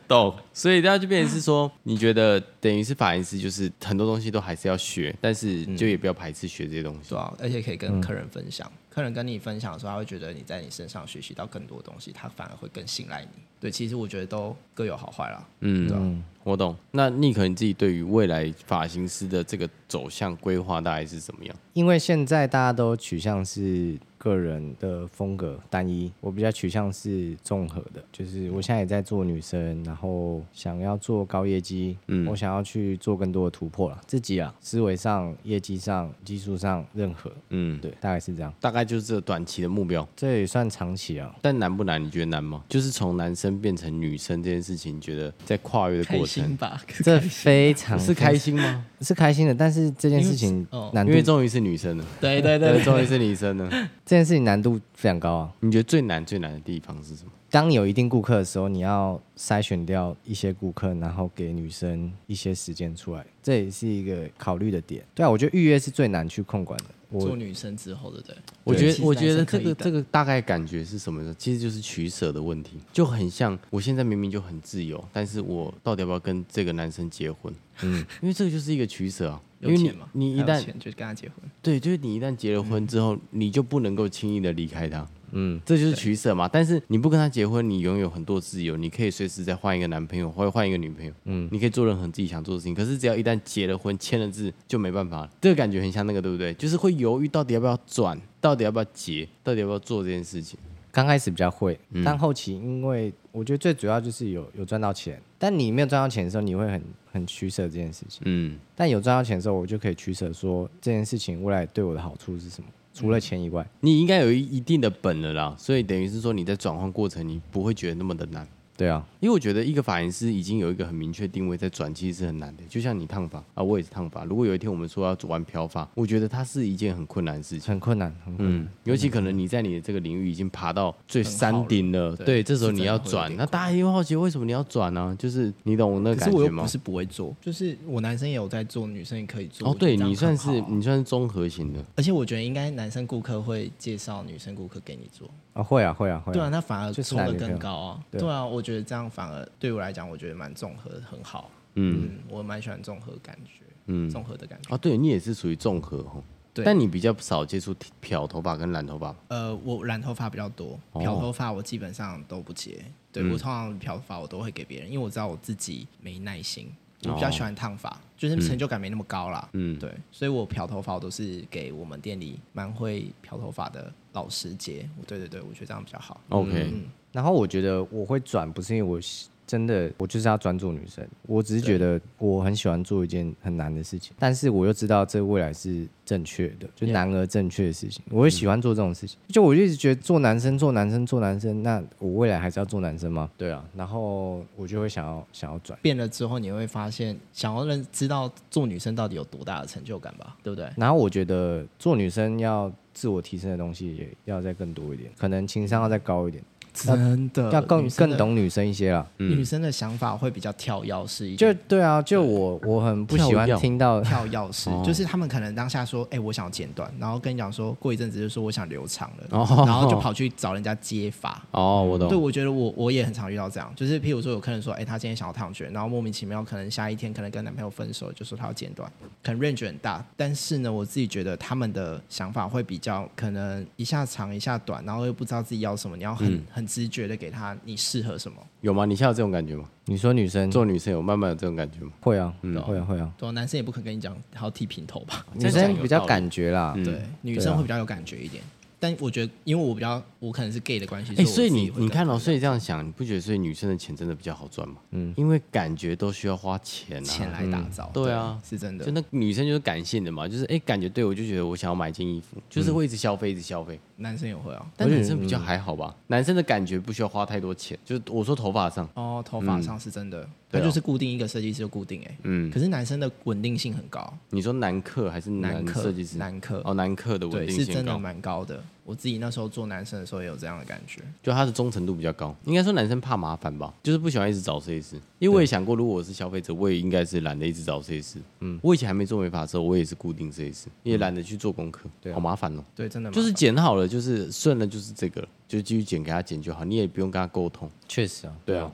S3: 懂。所以大家就变成是说，你觉得等于是法医师，就是很多东西都还是要学，但是就也不要排斥学这些东西。
S1: 对啊，而且可以
S3: 嗯
S1: 跟客人分享，客人跟你分享的时候，他会觉得你在你身上学习到更多东西，他反而会更信赖你。对，其实我觉得都各有好坏啦。啊
S3: 嗯，我懂。那你可能自己对于未来发型师的这个走向规划大概是怎么样？
S5: 因为现在大家都取向是个人的风格单一，我比较取向是综合的，就是我现在也在做女生，然后想要做高业绩，嗯，我想要去做更多的突破了，自己啊，思维上、业绩上、技术上任何，
S3: 嗯，
S5: 对，大概是这样，
S3: 大概就是这短期的目标。
S5: 这也算长期啊，
S3: 但难不难？你觉得难吗？就是从男生变成女生这件事情，你觉得在跨越的过程
S1: 吧，
S5: 这非常
S3: 是开心吗？
S5: 是开心的，但是这件事情
S1: 哦
S5: 难
S3: 因
S5: 度，
S3: 为终于是女生了，
S1: 对对对
S3: 对，
S1: 对，
S3: 终于是女生了。
S5: 这件事情难度非常高啊。
S3: 你觉得最难最难的地方是什么？
S5: 当你有一定顾客的时候，你要筛选掉一些顾客，然后给女生一些时间出来，这也是一个考虑的点。对啊，我觉得预约是最难去控管的。
S1: 做
S5: 我
S1: 女生之后，对不对？
S3: 我觉
S1: 其
S3: 得，
S1: 实
S3: 我觉
S1: 男
S3: 得
S1: 生可
S3: 这
S1: 以
S3: 个
S1: 的
S3: 这个大概感觉是什么呢？其实就是取舍的问题，就很像我现在明明就很自由，但是我到底要不要跟这个男生结婚？嗯，因为这个就是一个取舍啊。因
S1: 有
S3: 为你
S1: 钱嘛，
S3: 你一
S1: 还有
S3: 旦
S1: 钱就跟他结婚，
S3: 对，就是你一旦结了婚之后，你就不能够轻易的离开他。嗯，这就是取舍嘛。但是你不跟他结婚，你拥有很多自由，你可以随时再换一个男朋友，或者换一个女朋友。嗯，你可以做任何自己想做的事情。可是只要一旦结了婚，签了字就没办法了。这个感觉很像那个，对不对？就是会犹豫到底要不要转，到底要不要结，到底要不要做这件事情。
S5: 刚开始比较会，
S3: 嗯
S5: 但后期因为我觉得最主要就是有有赚到钱，但你没有赚到钱的时候，你会很很取舍这件事情。
S3: 嗯，
S5: 但有赚到钱的时候，我就可以取舍说这件事情未来对我的好处是什么，除了钱以外。
S3: 你应该有一一定的本了啦，所以等于是说你在转换过程，你不会觉得那么的难。
S5: 对啊，
S3: 因为我觉得一个发型师已经有一个很明确定位，在转其实是很难的。就像你烫发啊，我也是烫发。如果有一天我们说要玩漂发，我觉得它是一件很困难的事情。
S5: 很困难，很困难。
S3: 嗯，尤其可能你在你的这个领域已经爬到最
S1: 很好
S3: 山顶了，
S1: 了对
S3: 对，这时候
S1: 是
S3: 你
S1: 真的
S3: 要
S1: 会有
S3: 转，
S1: 点
S3: 那大家也会好奇为什么你要转呢、就是你懂我那个
S1: 可是
S3: 感
S1: 我
S3: 觉
S1: 又
S3: 吗
S1: 不？是不会做，就是我男生也有在做，女生也可以做。
S3: 哦，对
S1: 我觉得
S3: 你
S1: 这样
S3: 算
S1: 很
S3: 是
S1: 好啊
S3: 你算是综合型的，
S1: 而且我觉得应该男生顾客会介绍女生顾客给你做，
S5: 啊，会啊，会啊，会
S1: 对啊，那反而
S5: 就是
S1: 冲
S5: 男
S1: 的
S5: 女朋
S1: 更
S5: 友
S1: 高啊。
S5: 对
S1: 对啊，我觉得这样反而对我来讲，我觉得蛮综合，很好。
S3: 嗯
S1: 嗯，我蛮喜欢综合感觉，
S3: 嗯，
S1: 综合的感觉。
S3: 哦，对你也是属于综合哦，
S1: 对
S3: 但你比较少接触漂头发跟染头发，
S1: 呃，我染头发比较多，
S3: 哦
S1: 漂头发我基本上都不接。
S5: 嗯
S1: 对我通常漂头发我都会给别人，因为我知道我自己没耐心，我比
S5: 哦
S1: 较喜欢烫发，就是成就感没那么高啦。
S3: 嗯，
S1: 对，所以我漂头发我都是给我们店里蛮会漂头发的老师接。对对对，我觉得这样比较好。
S5: 哦
S3: ，OK，
S1: 嗯
S5: 然后我觉得我会转，不是因为我喜真的我就是要专注女生，我只是觉得我很喜欢做一件很难的事情，但是我又知道这未来是正确的，就
S1: Yeah 嗯
S5: 男而正确的事情，我会喜欢做这种事情。就我就一直觉得做男生做男生做男生，那我未来还是要做男生吗？对啊，然后我就会想要想要转。
S1: 变了之后，你会发现，想要认知道做女生到底有多大的成就感吧，对不对？
S5: 然后我觉得做女生要自我提升的东西也要再更多一点，可能情商要再高一点，
S1: 真的
S5: 要更
S1: 呃女生
S5: 更
S1: 的
S5: 懂女嗯生一些啦。
S1: 女生的想法会比较跳钥匙一点，
S5: 就对啊，就我我很不喜欢
S3: 跳跃
S5: 听到
S1: 跳钥匙，
S3: 哦
S1: 就是他们可能当下说，哎、我想要剪短，然后跟你讲说，过一阵子就说我想留长了，
S3: 哦
S1: 然后就跑去找人家接发。
S3: 哦，我懂，
S1: 对，我觉得我我也很常遇到这样，就是譬如说有客人说，哎、他今天想要烫卷，然后莫名其妙可能下一天可能跟男朋友分手，就说他要剪短，可能 range 很大，但是呢，我自己觉得他们的想法会比较可能一下长一下短，然后又不知道自己要什么，你要
S3: 嗯
S1: 很、很直觉的给他你适合什么。
S3: 有吗？你现在有这种感觉吗？
S5: 你说女生
S3: 做女生有慢慢有这种感觉吗？
S5: 会啊，会啊，会啊，
S1: 对啊，男生也不可能跟你讲还要剃平头吧？
S5: 女
S3: 这样
S5: 生
S3: 有
S5: 比较
S3: 道理
S1: 嗯
S5: 感觉啦，
S1: 对，女生会比较有感觉一点。但我觉得，因为我比较，我可能是 gay 的关系，
S3: 哎、
S1: 所
S3: 所
S1: 以
S3: 以
S1: 我自己
S3: 你
S1: 会
S3: 你
S1: 更
S3: 看哦，所以这样想，你不觉得所以女生的钱真的比较好赚吗？嗯，因为感觉都需要花钱啊。
S1: 钱来打造，
S3: 对啊
S1: 是真的
S3: 就。那女生就是感性的嘛，就是哎、感觉对我就觉得我想要买件衣服，就是
S1: 嗯
S3: 会一直消费，一直消费。
S1: 男生也会哦，
S3: 但男生比较还好吧，男生的感觉不需要花太多钱，就是我说头发上，
S1: 哦，头发上是真的，他
S3: 对啊
S1: 就是固定一个设计师就固定哎、
S3: 嗯，
S1: 可是男生的稳定性很高，
S3: 你说男客还是
S1: 男
S3: 男
S1: 客
S3: 设计师？
S1: 男客
S3: 哦，男客的稳
S1: 对，
S3: 定
S1: 是
S3: 性
S1: 真的
S3: 高，
S1: 蛮高的。我自己那时候做男生的时候也有这样的感觉，
S3: 就他的忠诚度比较高。应该说男生怕麻烦吧，就是不喜欢一直找设计师。因为我也想过，如果我是消费者，我也应该是懒得一直找设计师。嗯，我以前还没做美发的时候，我也是固定设计师，也懒得去做功课，
S5: 对啊
S3: 好麻烦哦。
S1: 嗯对，嗯真的
S3: 就是
S1: 蛮
S3: 剪好了，就是顺了，就是这个，就继续剪给他剪就好，你也不用跟他沟通。
S5: 确实啊，
S3: 对啊，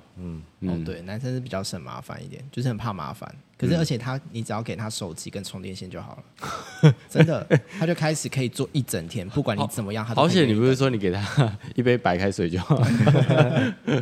S1: 高哦，对，男生是比较省麻烦一点，就是很怕麻烦。可
S3: 嗯
S1: 是而且他，你只要给他手机跟充电线就好了， 真的，他就开始可以做一整天，不管你怎么样，他都
S3: 好
S1: 可以
S3: 险你
S1: 给
S3: 不是说你给他 一杯白开水就好，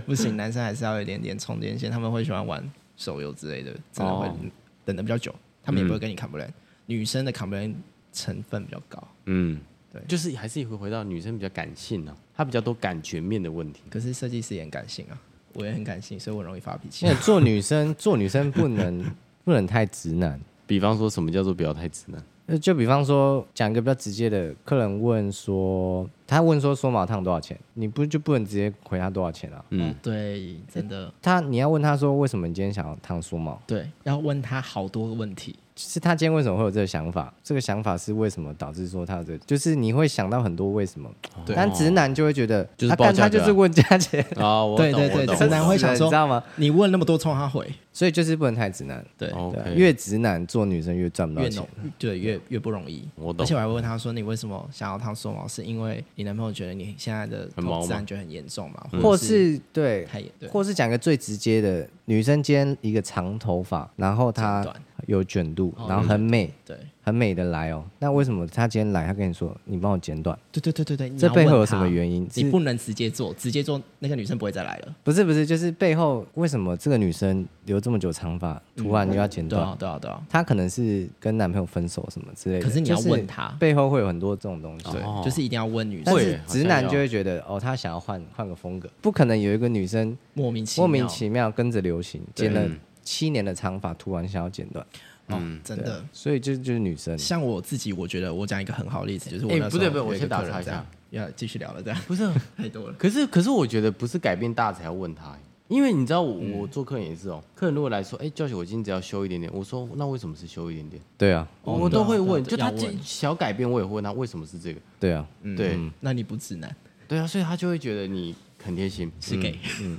S1: 不行，男生还是要有一点点充电线，他们会喜欢玩手游之类的，真的会
S3: 哦嗯
S1: 等的比较久，他们也不会跟你 complain。女生的 complain 成分比较高，
S3: 嗯，
S1: 对
S3: 就是还是会回到女生比较感性啊，她比较多感觉面的问题。
S1: 可是设计师也很感性啊，我也很感性，所以我容易发脾气
S5: 因。为做女生做女生不能 不能太直男。
S3: 比方说什么叫做不要太直男？
S5: 那就比方说，讲一个比较直接的，客人问说，他问说缩毛烫多少钱，你不就不能直接回他多少钱啊？
S3: 嗯，
S1: 对，真的，
S5: 他你要问他说，为什么你今天想要烫缩毛？
S1: 对，要问他好多个问题，
S5: 是他今天为什么会有这个想法？这个想法是为什么导致说他的，就是你会想到很多为什么。但直男就会觉得，
S3: 就是
S5: 啊
S3: 报
S5: 干
S3: 价
S5: 他
S3: 格啊
S5: 就是问价钱，
S3: 啊，我
S1: 对
S3: 懂
S1: 对对
S3: 我懂
S1: 直男会想说
S5: 你知道吗？
S1: 你问那么多，冲他回，
S5: 所以就是不能太直男，
S1: 对，
S3: 我
S5: 对
S3: 懂
S5: 啊
S3: OK，
S5: 越直男做女生越赚不到
S1: 越
S5: 钱
S1: 浓。，对，越越不容易。
S3: 我懂
S1: 而且我还问他说：“你为什么想要烫缩毛？是因为你男朋友觉得你现在的
S3: 很毛
S1: 头自然
S3: 吗
S1: 觉得很严重嘛，
S5: 或
S1: 是
S5: 是对，
S1: 太严对
S5: 或是讲个最直接的，女生今天一个长头发，然后她
S1: 剪短
S5: 有卷度
S1: 哦，
S5: 然后很美，
S1: 对
S5: 很美的来哦。那为什么她今天来，她跟你说你帮我剪短？
S1: 对对对对对，你
S5: 这
S1: 要
S5: 背后
S1: 问
S5: 有什
S1: 他
S5: 么原因？
S1: 你
S5: 是
S1: 不能直接做，直接做那个女生不会再来了。
S5: 不是不是，就是背后为什么这个女生留这么久长发，突然又要剪
S1: 对
S5: 短？
S1: 啊，对啊，对啊，
S5: 她可能是跟男朋友分手什么之类的。
S1: 可是你要
S5: 就
S1: 问她
S5: 背后会有很多这种东西。
S1: 对，
S3: 哦
S1: 就是一定要问女生
S5: 但
S3: 会，
S5: 是
S3: 好
S5: 直
S3: 像
S5: 男
S3: 要
S5: 就会觉得哦，他想要换换个风格，不可能有一个女生
S1: 莫名其
S5: 莫
S1: 妙，
S5: 名其妙跟着流行，
S1: 对
S5: 剪了七年的长发，突然想要剪短，啊
S1: 妙，哦，真的。
S5: 所以这就是女生。
S1: 像我自己，我觉得我讲一个很好的例子，就是我
S3: 哎
S1: 那时
S3: 不
S1: 候
S3: 对不对
S1: 有
S3: 我
S1: 一
S3: 先
S1: 个
S3: 打
S1: 客人
S3: 岔一
S1: 这
S3: 下
S1: 样，要继续聊了，这样
S3: 不是，
S1: 太多了。
S3: 可是可是我觉得不是改变大才要问他欸，因为你知道我、
S1: 嗯
S3: 我做客人也是哦，客人如果来说，哎、教学我今天只要修一点点，我说那为什么是修一点点？
S5: 对啊，
S3: 我都会问，
S1: 对
S3: 就
S1: 啊
S3: 他
S1: 对啊要
S3: 这
S1: 问
S3: 小改变，我也会问他为什么是这个。
S5: 对啊，
S1: 嗯
S3: 对
S1: 那你不直男
S3: 对啊，所以他就会觉得你很贴心。
S1: 是 gay。
S3: 嗯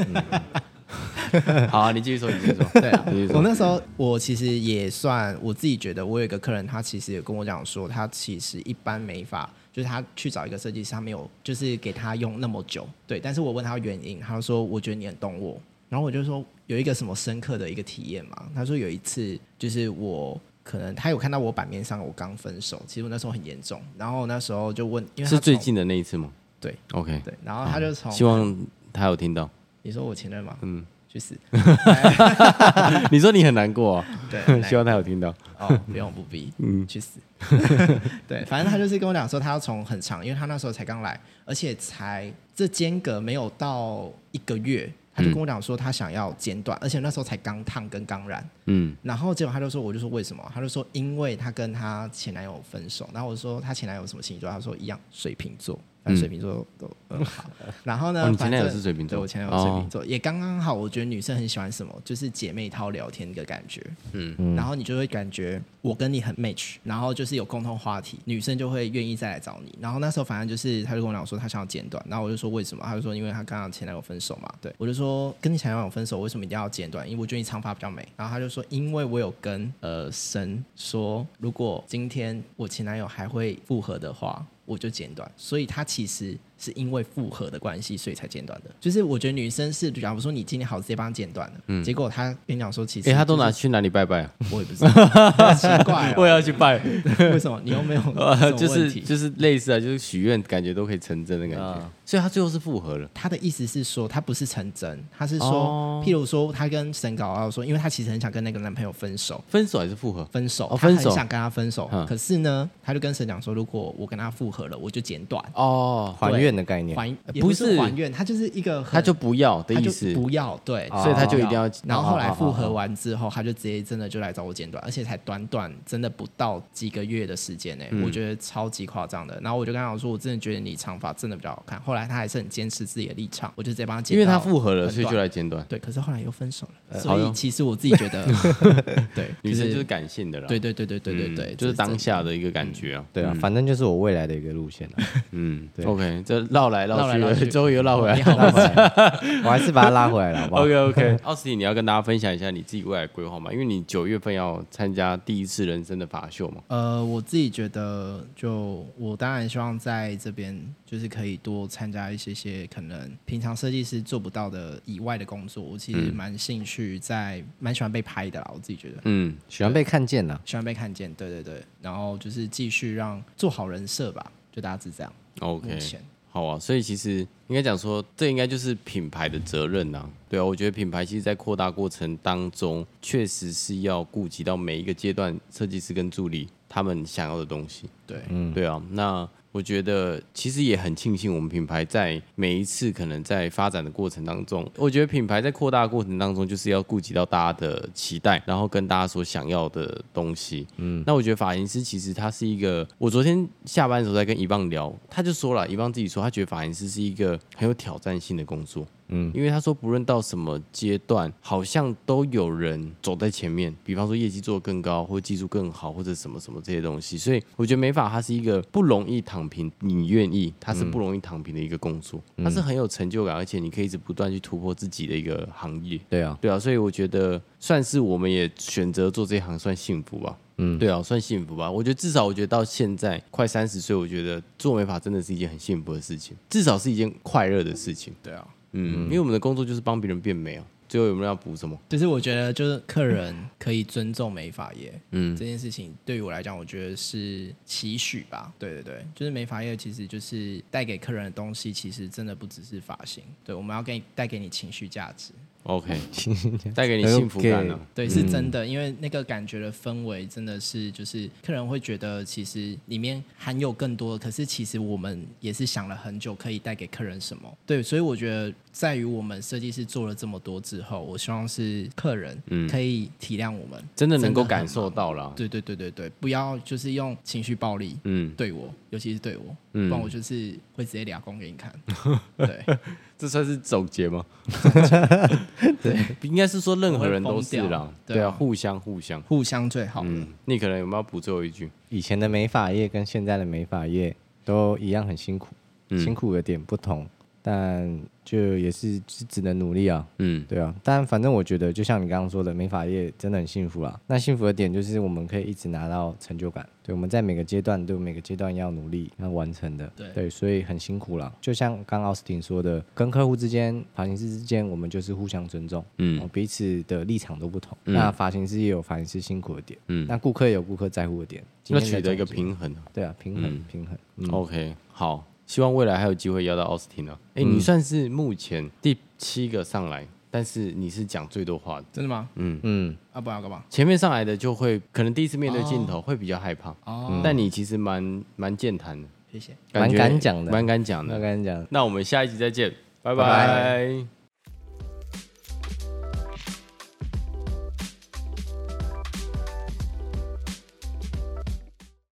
S3: 好啊，你继续说，你继续说。对、 你继续
S1: 我
S3: 说。
S1: 那时候我其实也算我自己觉得，我有一个客人，他其实也跟我讲说，他其实一般美发就是他去找一个设计师，他没有就是给他用那么久，对。但是我问他原因，他就说我觉得你很懂我，然后我就说有一个什么深刻的一个体验嘛，他说有一次就是我。可能他有看到我版面上我刚分手，其实我那时候很严重，然后那时候就问，因为他
S3: 是最
S1: 从
S3: 近的那一次吗
S1: 对
S3: ？OK，
S1: 对，然后他就从
S3: 希望他有听到。
S1: 你说我前任嘛，嗯，去死，
S3: 你说你很难过、哦，
S1: 对，很难
S3: 希望他有听到。
S1: 哦，不用不必，嗯，去死。对，反正他就是跟我讲说，他要从很长，因为他那时候才刚来，而且才这间隔没有到一个月，他就跟我讲说他想要剪短，而且那时候才刚烫跟刚染。
S3: 嗯，
S1: 然后结果他就说，我就说为什么？他就说因为他跟他前男友分手。然后我说他前男友什么星座？他说一样，水瓶座。反正水瓶座都、嗯、好。然后呢，
S3: 哦你
S1: 反
S3: 前男友
S1: 正
S3: 是水瓶座哦
S1: 对我前男友是水瓶座，也刚刚好。我觉得女生很喜欢什么，就是姐妹淘聊天的感觉。嗯，然后你就会感觉我跟你很 match，然后就是有共同话题，女生就会愿意再来找你。然后那时候反正就是，他就跟我讲说他想要剪短，然后我就说为什么？他就说因为他刚刚前男友分手嘛，对我就说跟你前男友分手为什么一定要剪短？因为我觉得你长发比较美。然后他就说因为我有跟呃神说，如果今天我前男友还会复合的话，我就剪短。所以他其实是因为复合的关系，所以才剪短的。就是我觉得女生是，假如说你今天好直接帮她剪短了，结果她跟你讲说，其实
S3: 哎，嗯他都
S1: 就是
S3: 拿去哪里拜拜啊？
S1: 我也不知道，奇怪、
S3: 我也
S1: 哦，
S3: 要去拜，
S1: 为什么你又没有
S3: 呃，
S1: 这种
S3: 就
S1: 问
S3: 是
S1: 题？
S3: 就是类似啊，就是许愿，感觉都可以成真的感觉
S2: 啊。
S3: 所以他最后是复合了，
S1: 他的意思是说，他不是成真，他是说，
S3: 哦
S1: 譬如说，他跟神搞到说，因为他其实很想跟那个男朋友分手，
S3: 分手还是复合？
S1: 分手，
S3: 哦
S1: 他
S3: 分手
S1: 很想跟他分手，
S3: 嗯
S1: 可是呢，他就跟神讲说，如果我跟他复合了，我就剪短，
S3: 哦，
S5: 还愿的概念，
S1: 还也
S3: 不
S1: 不
S3: 是
S1: 是还愿，他就是一个很
S3: 他就不要的
S1: 他
S3: 意
S1: 就
S3: 思，
S1: 不要对，
S3: 所以他就一定要
S1: 然后
S3: 哦
S1: 后来
S3: 哦
S1: 复合
S3: 哦
S1: 完之后，他就直接真的就来找我剪短，而且才短短真的不到几个月的时间呢、
S3: 嗯
S1: 我觉得超级夸张的。然后我就跟他讲说，我真的觉得你长发真的比较好看。后来他还是很坚持自己的立场，我就直接帮他剪
S3: 因
S1: 到
S3: 为
S1: 很
S3: 他
S1: 短，
S3: 复合了，所以就来剪短。
S1: 对，可是后来又分手了，
S3: 好
S1: 所以
S3: 哟
S1: 其实我自己 觉得，对，
S3: 女生就是
S1: 是
S3: 感性的啦，
S1: 对对对对对对
S3: 嗯
S1: 对，
S3: 就
S1: 这
S3: 是当下的一个感觉啊。
S5: 对啊，
S1: 嗯
S5: 反正就是我未来的一个路线啊。
S3: 嗯
S5: 对
S3: ，OK，这绕来
S1: 绕
S3: 绕
S1: 来绕
S3: 去，
S1: 去 哦
S3: 终于又绕回
S1: 你
S3: 来。
S1: 好吧，
S5: 拉回来，我还是把它拉回来了，好 不好
S3: OK OK，奥斯汀，你要跟大家分享一下你自己未来的规划吗？因为你九月份要参加第一次人生的法秀嘛。
S1: 呃，我自己觉得，就我当然希望在这边就是可以多参加一些些可能平常设计师做不到的以外的工作。我其实蛮兴趣在，蛮喜欢被拍的啦，我自己觉得。
S3: 嗯，
S5: 喜欢被看见啊呐、
S1: 喜欢被看见，对对对，然后就是继续让做好人设吧，就大致这样。目
S3: OK，
S1: 前
S3: 好啊，所以其实应该讲说，这应该就是品牌的责任呐、对啊，我觉得品牌其实，在扩大过程当中，确实是要顾及到每一个阶段设计师跟助理他们想要的东西。
S1: 对，
S3: 对啊，那我觉得其实也很庆幸我们品牌在每一次可能在发展的过程当中，我觉得品牌在扩大的过程当中，就是要顾及到大家的期待，然后跟大家所想要的东西。嗯，那我觉得发型师其实他是一个，我昨天下班的时候在跟一棒聊，他就说了，一棒自己说他觉得发型师是一个很有挑战性的工作。因为他说不论到什么阶段，好像都有人走在前面，比方说业绩做得更高，或技术更好，或者什么什么这些东西。所以我觉得美发它是一个不容易躺平，你愿意，它是不容易躺平的一个工作，它是很有成就感，而且你可以一直不断去突破自己的一个行业。
S5: 对啊，
S3: 对啊，所以我觉得算是我们也选择做这一行算幸福吧。嗯，对啊，算幸福吧。我觉得至少我觉得到现在快三十岁，我觉得做美发真的是一件很幸福的事情，至少是一件快乐的事情。
S1: 对啊，
S3: 嗯，因为我们的工作就是帮别人变美啊。最后有没有要补什么？
S1: 就是我觉得就是客人可以尊重美发业，
S3: 嗯
S1: 这件事情对于我来讲，我觉得是期许吧。对对对，就是美发业其实就是带给客人的东西，其实真的不只是发型。对，我们要给你带给你情绪价值。
S3: ，OK，带 给你幸福感啊了、
S1: 对，是
S3: 嗯
S1: 真的，因为那个感觉的氛围真的是，就是客人会觉得其实里面含有更多，可是其实我们也是想了很久，可以带给客人什么。对，所以我觉得在于我们设计师做了这么多之后，我希望是客人可以体谅我们，
S3: 嗯真的能够
S1: 很
S3: 感
S1: 忙
S3: 受到了。
S1: 对对对对对，不要就是用情绪暴力
S3: 嗯，
S1: 对我，尤其是对我，
S3: 嗯
S1: 不然我就是会直接俩公给你看。对，
S3: 这算是总 结吗？对，应该是说任何人都是
S1: 我会
S3: 啦
S1: 疯。掉
S3: 对
S1: 对
S3: 啊，
S1: 啊
S3: 互相互相。
S1: 互相最好的。
S3: 嗯，你可能有没有补最后一句？
S5: 以前的美发业跟现在的美发业都一样很辛苦，
S3: 嗯
S5: 辛苦有点不同，但就也是是只能努力啊。
S3: 嗯，
S5: 对啊，但反正我觉得，就像你刚刚说的，美发业真的很幸福啊啦。那幸福的点就是我们可以一直拿到成就感，对，我们在每个阶段都有每个阶段要努力要完成的，
S1: 对
S5: 所以很辛苦啦。就像刚刚奥斯汀说的，跟客户之间、发型师之间，我们就是互相尊重，
S3: 嗯
S5: 嗯，彼此的立场都不同。
S3: 嗯
S5: 那发型师也有发型师辛苦的点，
S3: 嗯
S5: 嗯，那顾客也有顾客在乎的点，今
S3: 那
S5: 天在
S3: 取得一个
S5: 中间，
S3: 平衡啊。
S5: 对啊，平衡、
S3: 嗯
S5: 平衡，嗯，
S3: OK，好，希望未来还有机会邀到奥斯汀呢。哎，你算是目前第七个上来，但是你是讲最多话的。
S1: 真的吗？
S3: 嗯，
S5: 嗯，
S1: 啊，不然要干嘛？
S3: 前面上来的就会可能第一次面对镜头会比较害怕，
S1: 哦，
S3: 但你其实蛮蛮健谈的，
S1: 谢谢。
S3: 感觉
S5: 蛮敢讲的
S3: 蛮敢讲
S5: 那
S3: 的。
S5: 跟你讲，
S3: 那我们下一集再见，拜
S5: 拜
S3: 拜